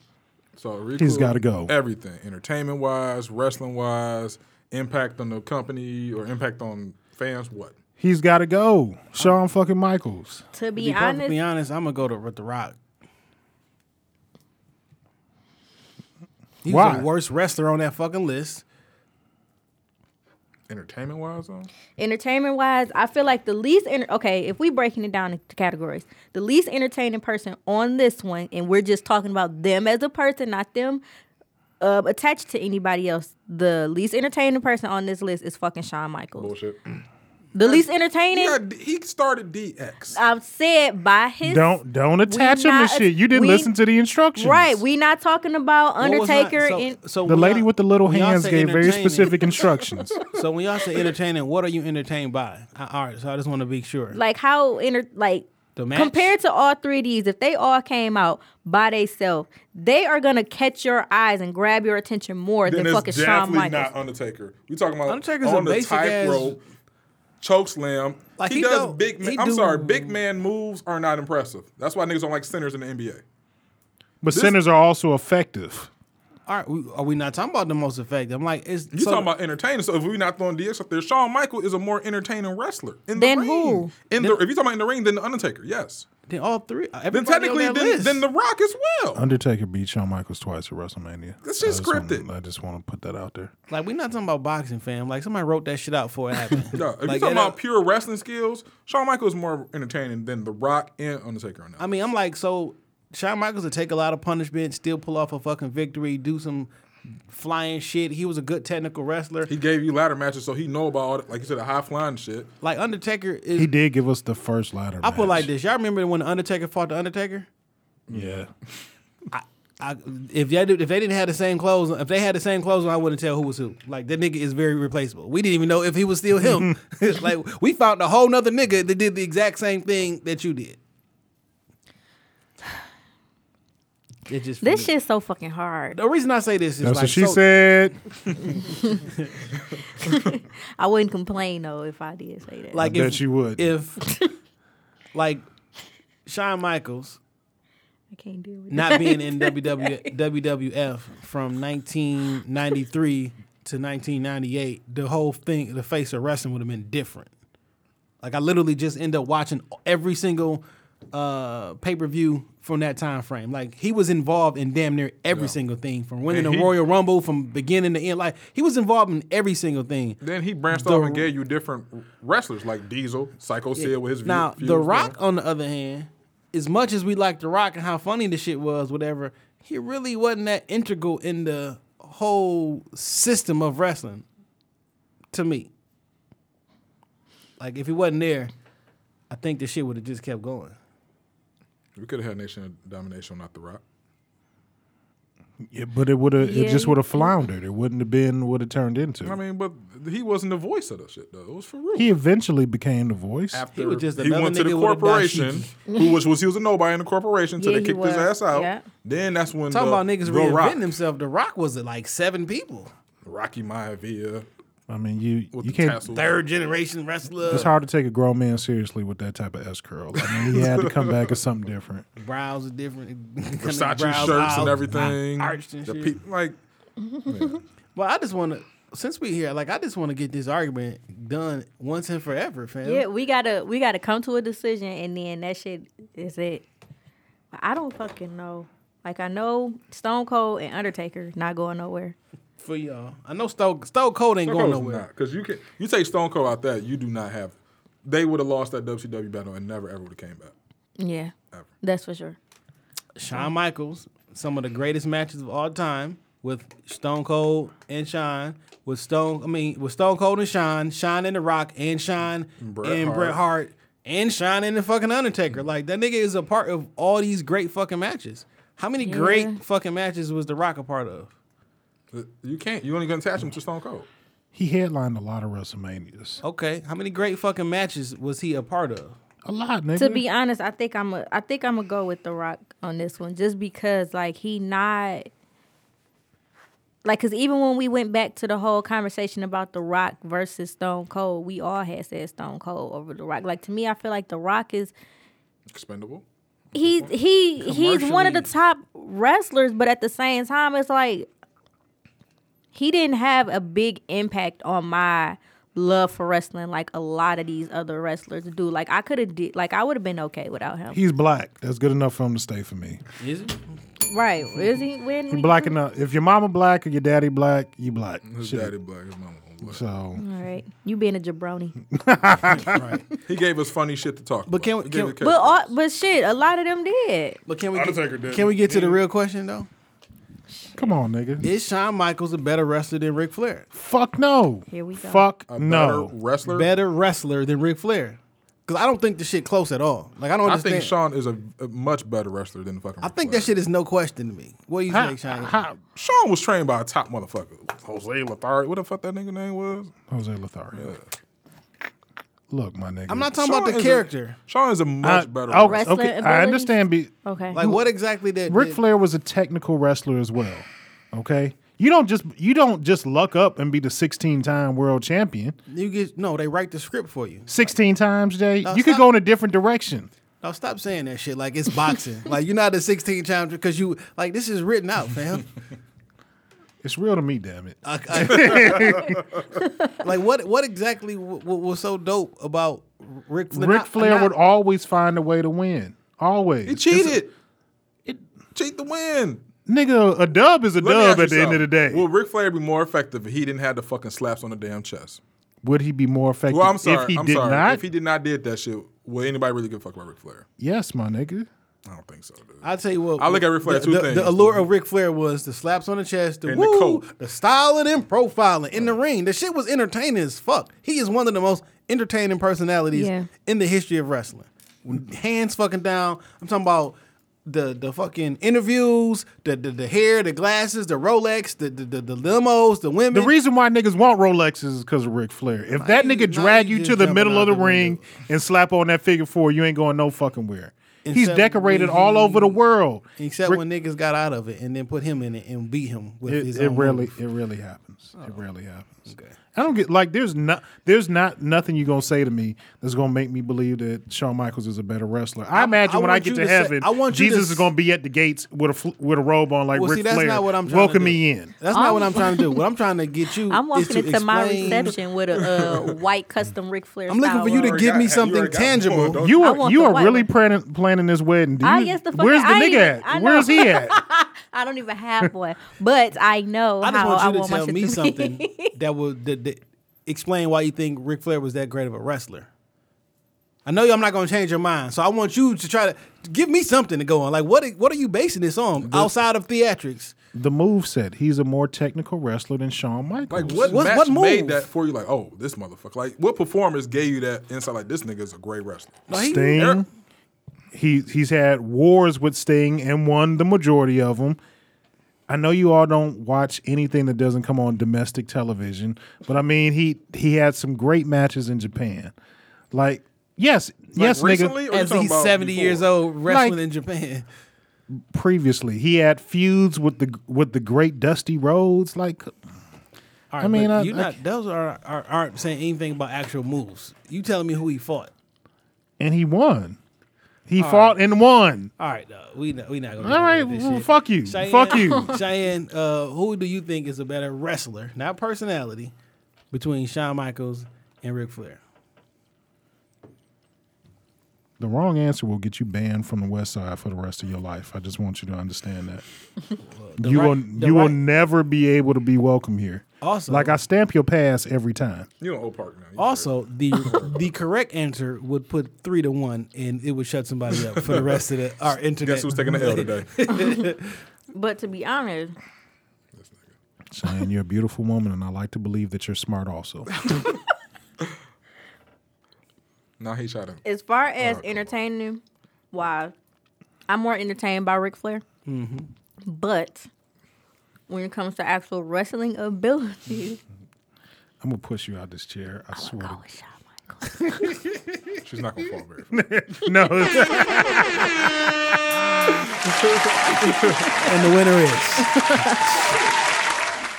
So Rico,
He's gotta go.
Everything, entertainment wise, wrestling wise, impact on the company or impact on fans. What?
He's got to go.
Um,
Shawn fucking Michaels.
To
To
be
be
honest,
perfectly honest, I'm gonna go to with The Rock. He's
Why?
the worst wrestler on that fucking list.
Entertainment wise, though.
entertainment wise, I feel like the least enter- okay. If we breaking it down into categories, the least entertaining person on this one, and we're just talking about them as a person, not them uh, attached to anybody else. The least entertaining person on this list is fucking Shawn Michaels.
Bullshit.
The least entertaining.
He, got- he started DX.
I've said by his
Don't don't attach him to
not-
shit. You didn't
we-
listen to the instructions.
Right, we not talking about
What was my-
Undertaker.
so-
and,
so
the
when
lady
y'all-
with the little
when y'all
hands
say
gave very
entertaining-
specific instructions.
So when y'all say entertaining, what are you entertained by? I, all right, so I just want to be sure.
like how inter like
The match?
compared to all three of these, if they all came out by themselves, they are gonna catch your eyes and grab your attention more
then
than
it's
fucking Shawn
definitely
Michaels.
not Undertaker. We talking about
Undertaker's
on
a
the
basic
tight
ass-
rope, choke slam.
Like,
he,
he
does
don't-
big. Man,
he
I'm
do-
sorry, big man moves are not impressive. That's why niggas don't like centers in the NBA.
But centers are also effective.
all right, we, are we not talking about the most effective? I'm like, it's
You talking about entertaining? So if we're not throwing DX up there, Shawn Michael is a more entertaining wrestler. In the
Than
ring.
who?
In the, if you talking about in the ring, then the Undertaker. Yes.
then all three. uh,
Then
everybody on
technically,
that
then,
list.
then the Rock as well.
Undertaker beat Shawn Michaels twice at WrestleMania.
That's just
I wanna-
scripted.
I just want to put that out there.
Like we're not talking about boxing, fam. Like somebody wrote that shit out before it happened.
Yeah,
Like,
if you
it
talking about
don't-
pure wrestling skills, Shawn Michael is more entertaining than the Rock and Undertaker. on that.
I mean, I'm like, so Shawn Michaels would take a lot of punishment, still pull off a fucking victory, do some flying shit. He was a good technical wrestler.
he gave you ladder matches, so he know about all that, like you said, the high flying shit.
like Undertaker is.
He did give us the first ladder.
I put it like this. Y'all remember when the Undertaker fought the Undertaker?
Yeah.
I, if they did- if they didn't have the same clothes, if they had the same clothes, on, I wouldn't tell who was who. Like that nigga is very replaceable. We didn't even know if he was still him. like we found a whole nother nigga that did the exact same thing that you did. It just
this shit's so fucking hard.
The reason I say this is
That's
like
what she
so-
said.
I wouldn't complain though if I did say that.
Like
I
if,
bet you would.
If like Shawn Michaels
I can't deal with
not being in WW, WWF from 1993 to 1998, the whole thing, the face of wrestling would have been different. Like I literally just end up watching every single uh, pay per view from that time frame. Like he was involved in damn near every single thing, from winning the
he-
Royal Rumble from beginning to end. Like he was involved in every single thing.
Then he branched
The-
off and gave you different wrestlers like Diesel, Psycho Sid with his
Now,
view-
The
views,
Rock,
you know.
on the other hand, as much as we like The Rock and how funny the shit was, whatever, he really wasn't that integral in the whole system of wrestling to me. Like, if he wasn't there, I think the shit would have just kept going.
we could have had Nation of Domination, not The Rock.
Yeah, but it would have.
Yeah,
it just
you-
would have floundered. It wouldn't have been what it turned into.
I mean, but he wasn't the voice of the shit though. It was for real.
he eventually became the voice.
after
He was just
he
another
went to the
nigga with a
corporation, who was, was he was a nobody in the corporation until
Yeah,
they
he
kicked
was.
his ass out.
Yeah.
Then that's when
Talking
the,
about niggas
the
reinventing
Rock,
themselves. The Rock was it like seven people,
Rocky Maivia,
I mean, you
with
you
the
can't.
tassels.
third generation wrestler.
It's hard to take a grown man seriously with that type of S curl. I mean, he had to come back with something different.
Brows are different.
Versace
Brows
shirts
out,
and everything.
arched and
The
shit.
peop- like
Well, I just want to, since we here, like I just want to get this argument done once and forever, fam.
Yeah, we gotta we gotta come to a decision, and then that shit is it. But I don't fucking know. Like I know Stone Cold and Undertaker not going nowhere.
For y'all, I know Stone Stone Cold ain't going nowhere.
because you can you take Stone Cold out that you do not have. They would have lost that WCW battle and never ever would have came back.
Yeah, that's for sure.
Shawn Michaels, some of the greatest matches of all time with Stone Cold and Shine, with Stone, I mean, with Stone Cold and Shine, Shine and The Rock, and Shine
Bret
and
Hart.
Bret Hart, and Shine and the fucking Undertaker. Like that nigga is a part of all these great fucking matches. How many great fucking matches was The Rock a part of?
You can't. You only gonna attach him to Stone Cold.
He headlined a lot of WrestleManias.
Okay, how many great fucking matches was he a part of?
A lot, nigga.
To be honest, I think I'm a I think I'm gonna go with The Rock on this one, just because like he not like because even when we went back to the whole conversation about The Rock versus Stone Cold, we all had said Stone Cold over The Rock. Like to me, I feel like The Rock is
Expendable.
he's he he's one of the top wrestlers, but at the same time, it's like he didn't have a big impact on my love for wrestling like a lot of these other wrestlers do. Like I could have did like I would have been okay without him.
He's black. That's good enough for him to stay for me.
Is it?
Right. Is he when
He
we-
black enough. If your mama black or your daddy black, you black.
His
Shit.
daddy black. His mama black.
So
All right. You being a jabroni.
He gave us funny shit to talk.
But
about.
can-
He gave
can-
us
But all, but shit, a lot of them did.
But can we
Undertaker did.
get, can we get to the real question though?
come on, nigga.
Is Shawn Michaels a better wrestler than Ric Flair?
Fuck no.
Here we go.
Fuck
a
no.
better wrestler.
Better wrestler than Ric Flair? Because I don't think the shit close at all. Like I don't
I
understand.
think Sean is a, a much better wrestler than fucking.
I think that shit is no question to me. What do you
How-
think, Shane?
how-
Sean was trained by a top motherfucker, Jose Lothario. What the fuck that nigga name was?
Jose Lothario. Look, my nigga.
I'm not talking
Shawn
about the
is a-
character.
Sean is a much
I-
better.
oh,
wrestler.
Wrestling
okay, I
ability?
understand. Be,
Okay.
like what exactly that?
Ric
that-
Flair was a technical wrestler as well. Okay, you don't just you don't just luck up and be the 16 time world champion.
You get no. They write the script for you.
16 times, Jay. you could
stop.
go in a different direction.
Now stop saying that shit. Like it's boxing. like you're not a 16 time because you like this is written out, fam.
It's real to me, damn
Uh,
it.
I- I- like what? What exactly w- w- was so dope about Ric Flair?
Ric
Not-
Flair
not-
would always find a way to win. Always.
He cheated. Cheat the win.
Nigga, a dub is a
Let me ask
dub
you
at the end
something.
of the day.
Will Ric Flair be more effective if he didn't have the fucking slaps on the damn chest?
would he be more effective
Well, I'm sorry.
if he
I'm
did
sorry.
not?
If he did not did that shit, will anybody really give a fuck about Ric Flair?
yes, my nigga.
I don't think so, dude.
I tell you what,
I look at Ric Flair
the,
two
the,
things.
The allure of Ric Flair was the slaps on the chest, the
And the
woo,
coat.
the, style of them profiling in the ring. The shit was entertaining as fuck. He is one of the most entertaining personalities
Yeah.
in the history of wrestling. Hands fucking down. I'm talking about the the fucking interviews, the the, the hair, the glasses, the Rolex, the the, the, the limos, the women.
The reason why niggas want Rolexes is because of Ric Flair. If that
you-
nigga
now
drag
you
you to
just
the
jumping
middle
out
of the
the
ring
window.
and slap on that figure four, you ain't going no fucking where. He's
Except
decorated
when
all
he-
over the world.
Except
Ric-
when niggas got out of it and then put him in it and beat him with
it,
his
it
own
rarely it rarely happens. It rarely happens. I don't get like there's not there's not nothing you gonna say to me that's gonna make me believe that Shawn Michaels is a better wrestler. I, imagine
I
when I
want
get
you
to,
to say-
heaven,
I want you to
Jesus is
s-
gonna be at the gates with a fl- with a robe on like
Well,
Ric
see, that's
Flair.
not what I'm trying
Welcome
to do.
me in.
That's not what I'm trying to do. What I'm trying to get you.
I'm
is
walking
to
into my
explain-
reception with a uh, white custom Ric Flair.
I'm looking for
style
you to
robe.
give me
You
something
already got more,
tangible.
don't
You
Oh, I
are
want
you
the
are
white
really
one.
planning planning this wedding. Do
Ah,
you-
yes, the fucking-
where's the
I
nigga
even- I
at?
know.
Where's he at?
I don't even have one, but I know
I just
how I
want you to
want my
tell
shit
me
to be.
something that would that, that explain why you think Ric Flair was that great of a wrestler. I know you. I'm not going to change your mind, so I want you to try to give me something to go on. Like what? What are you basing this on outside of theatrics?
The move set. He's a more technical wrestler than Shawn Michaels.
Like what,
What-
match
what move?
made that for you? Like, oh, this motherfucker. Like, what performance gave you that insight? Like, this nigga's a great wrestler.
Like, he-
Sting.
Eric-
He he's had wars with Sting and won the majority of them. I know you all don't watch anything that doesn't come on domestic television, but I mean, he he had some great matches in Japan. Like, yes, yes,
recently,
nigga.
or you
As
talking
he's
about
70
before?
years old wrestling
Like-
in Japan.
Previously, he had feuds with the with the great Dusty Rhodes. Like,
All
I mean,
but
I-
you
I
not
c-
those are, are aren't saying anything about actual moves. You telling me who he fought?
and he won. He fought and won.
All right, uh, we not, we not gonna.
All right,
do this
well,
shit.
fuck you,
Cheyenne-
fuck you.
Cheyenne. Uh, who do you think is a better wrestler, not personality, between Shawn Michaels and Ric Flair?
The wrong answer will get you banned from the West Side for the rest of your life. I just want you to understand that. you
right-
will
the
you will
right-
never be able to be welcome here.
Also-
like I stamp your pass every time.
You don't owe Park now. You
Also, the the correct answer would put three to one, and it would shut somebody up for the rest of the, our
good.
internet.
Guess who's taking the L today?
But to be honest,
Saying you're a beautiful woman, and I like to believe that you're smart. Also,
now he shot him.
as far as
Uh-huh.
entertaining, why I'm more entertained by Ric Flair.
Mm-hmm.
But when it comes to actual wrestling ability,
Mm-hmm.
I'm gonna push you out this chair. I swear.
oh,
To
Shawn Michaels.
She's not gonna fall very far.
no, it's-
and the winner is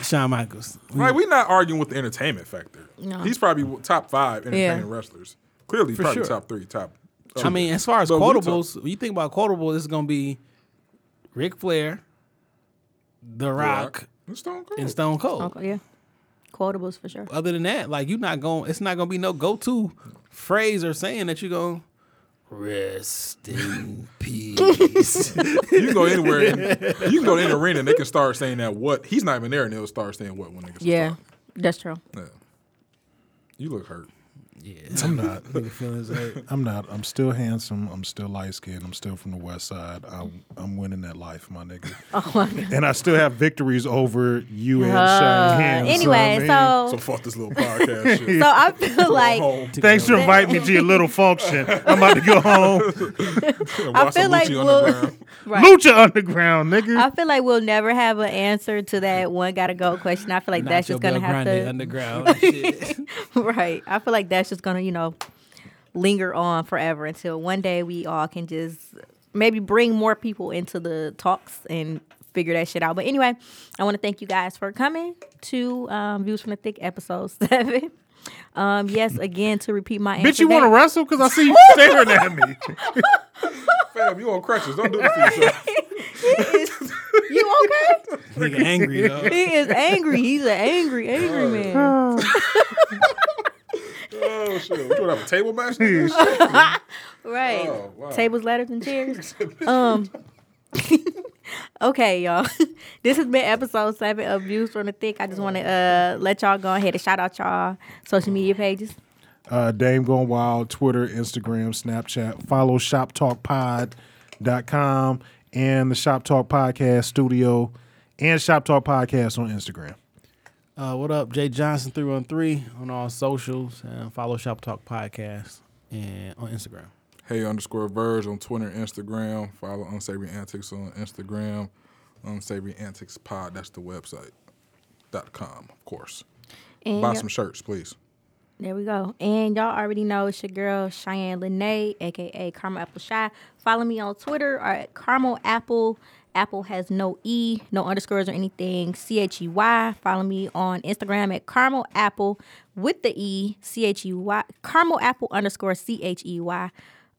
Shawn Michaels.
Right, we're not arguing with the entertainment factor.
No.
He's probably w- top five entertaining
Yeah.
wrestlers. Clearly, probably
sure.
top three, top.
I mean, as far as
But we talk-
quotables, when you think about quotables, it's gonna be Ric Flair, The Rock,
and Stone Cold.
and Stone Cold.
Okay, yeah, quotables for sure.
Other than that, like you're not going. to It's not gonna be no go-to phrase or saying that you're going rest in peace.
You can go anywhere. And, you can go to any arena and they can start saying that what he's not even there and they'll start saying what when they get
Yeah, that's true.
started. Yeah. You look hurt.
I'm not.
Nigga feelings hurt.
I'm not. I'm still handsome. I'm still light skinned. I'm still from the West Side. I'm, I'm winning that life, my nigga.
Oh
and I still have victories over you and
Uh,
Cheyenne. so I
anyway,
mean-
so
So fuck this little podcast shit.
Oh. so I feel like
home.
Thanks for inviting me to your little function. I'm about to go home.
and
I
watch
feel
some
like
Lucci on
we'll-
the ground.
Right.
Lucha Underground, nigga.
I feel like we'll never have an answer to that one gotta go question. I feel like that's
Nacho
just gonna
Bel
have
Grande
to
underground. and shit.
right. I feel like that's just gonna, you know, linger on forever until one day we all can just maybe bring more people into the talks and figure that shit out. But anyway, I want to thank you guys for coming to um, Views from the Thick episode seven. Um, yes, again to repeat my answer.
Bitch, you want
want
to wrestle? Because I see you staring at me.
Fam, you on crutches. Don't do this to yourself.
You okay?
Nigga angry though.
he is angry. He's an angry, angry man.
Oh, shit. We doing have a table match? nigga? Shit.
Right.
Oh, wow.
tables, ladders, and chairs. um. okay, y'all. this has been episode seven of Views from the Thick. I just want to uh let y'all go ahead and shout out y'all social media pages.
Uh, Dame Going Wild, Twitter, Instagram, Snapchat. Follow shoptalkpod.com and the Shop Talk Podcast Studio and Shop Talk Podcast on Instagram.
Uh, what up, Jay Johnson three one three on all socials and follow Shop Talk Podcast and on Instagram.
Hey underscore Verge on Twitter and Instagram. Follow Unsavory Antics on Instagram. Unsavory Antics Pod. That's the website. Dot com, of course.
And
Buy
y'all-
some shirts, please.
there we go. And y'all already know it's your girl Cheyenne Lene, aka Carmel Apple Shy. Follow me on Twitter or at Carmel Apple. Apple has no E, no underscores or anything. C H E Y. Follow me on Instagram at Carmel Apple with the E, C H E Y, Carmel Apple underscore C H E Y.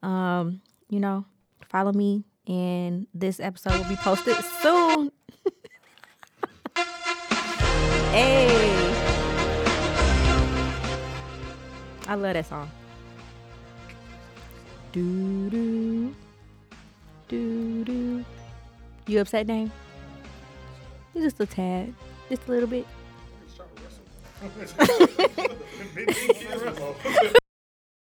Um, you know, follow me, and this episode will be posted soon. hey. I love that song. Do do do do. You upset, Dame? You just a tad, just a little bit.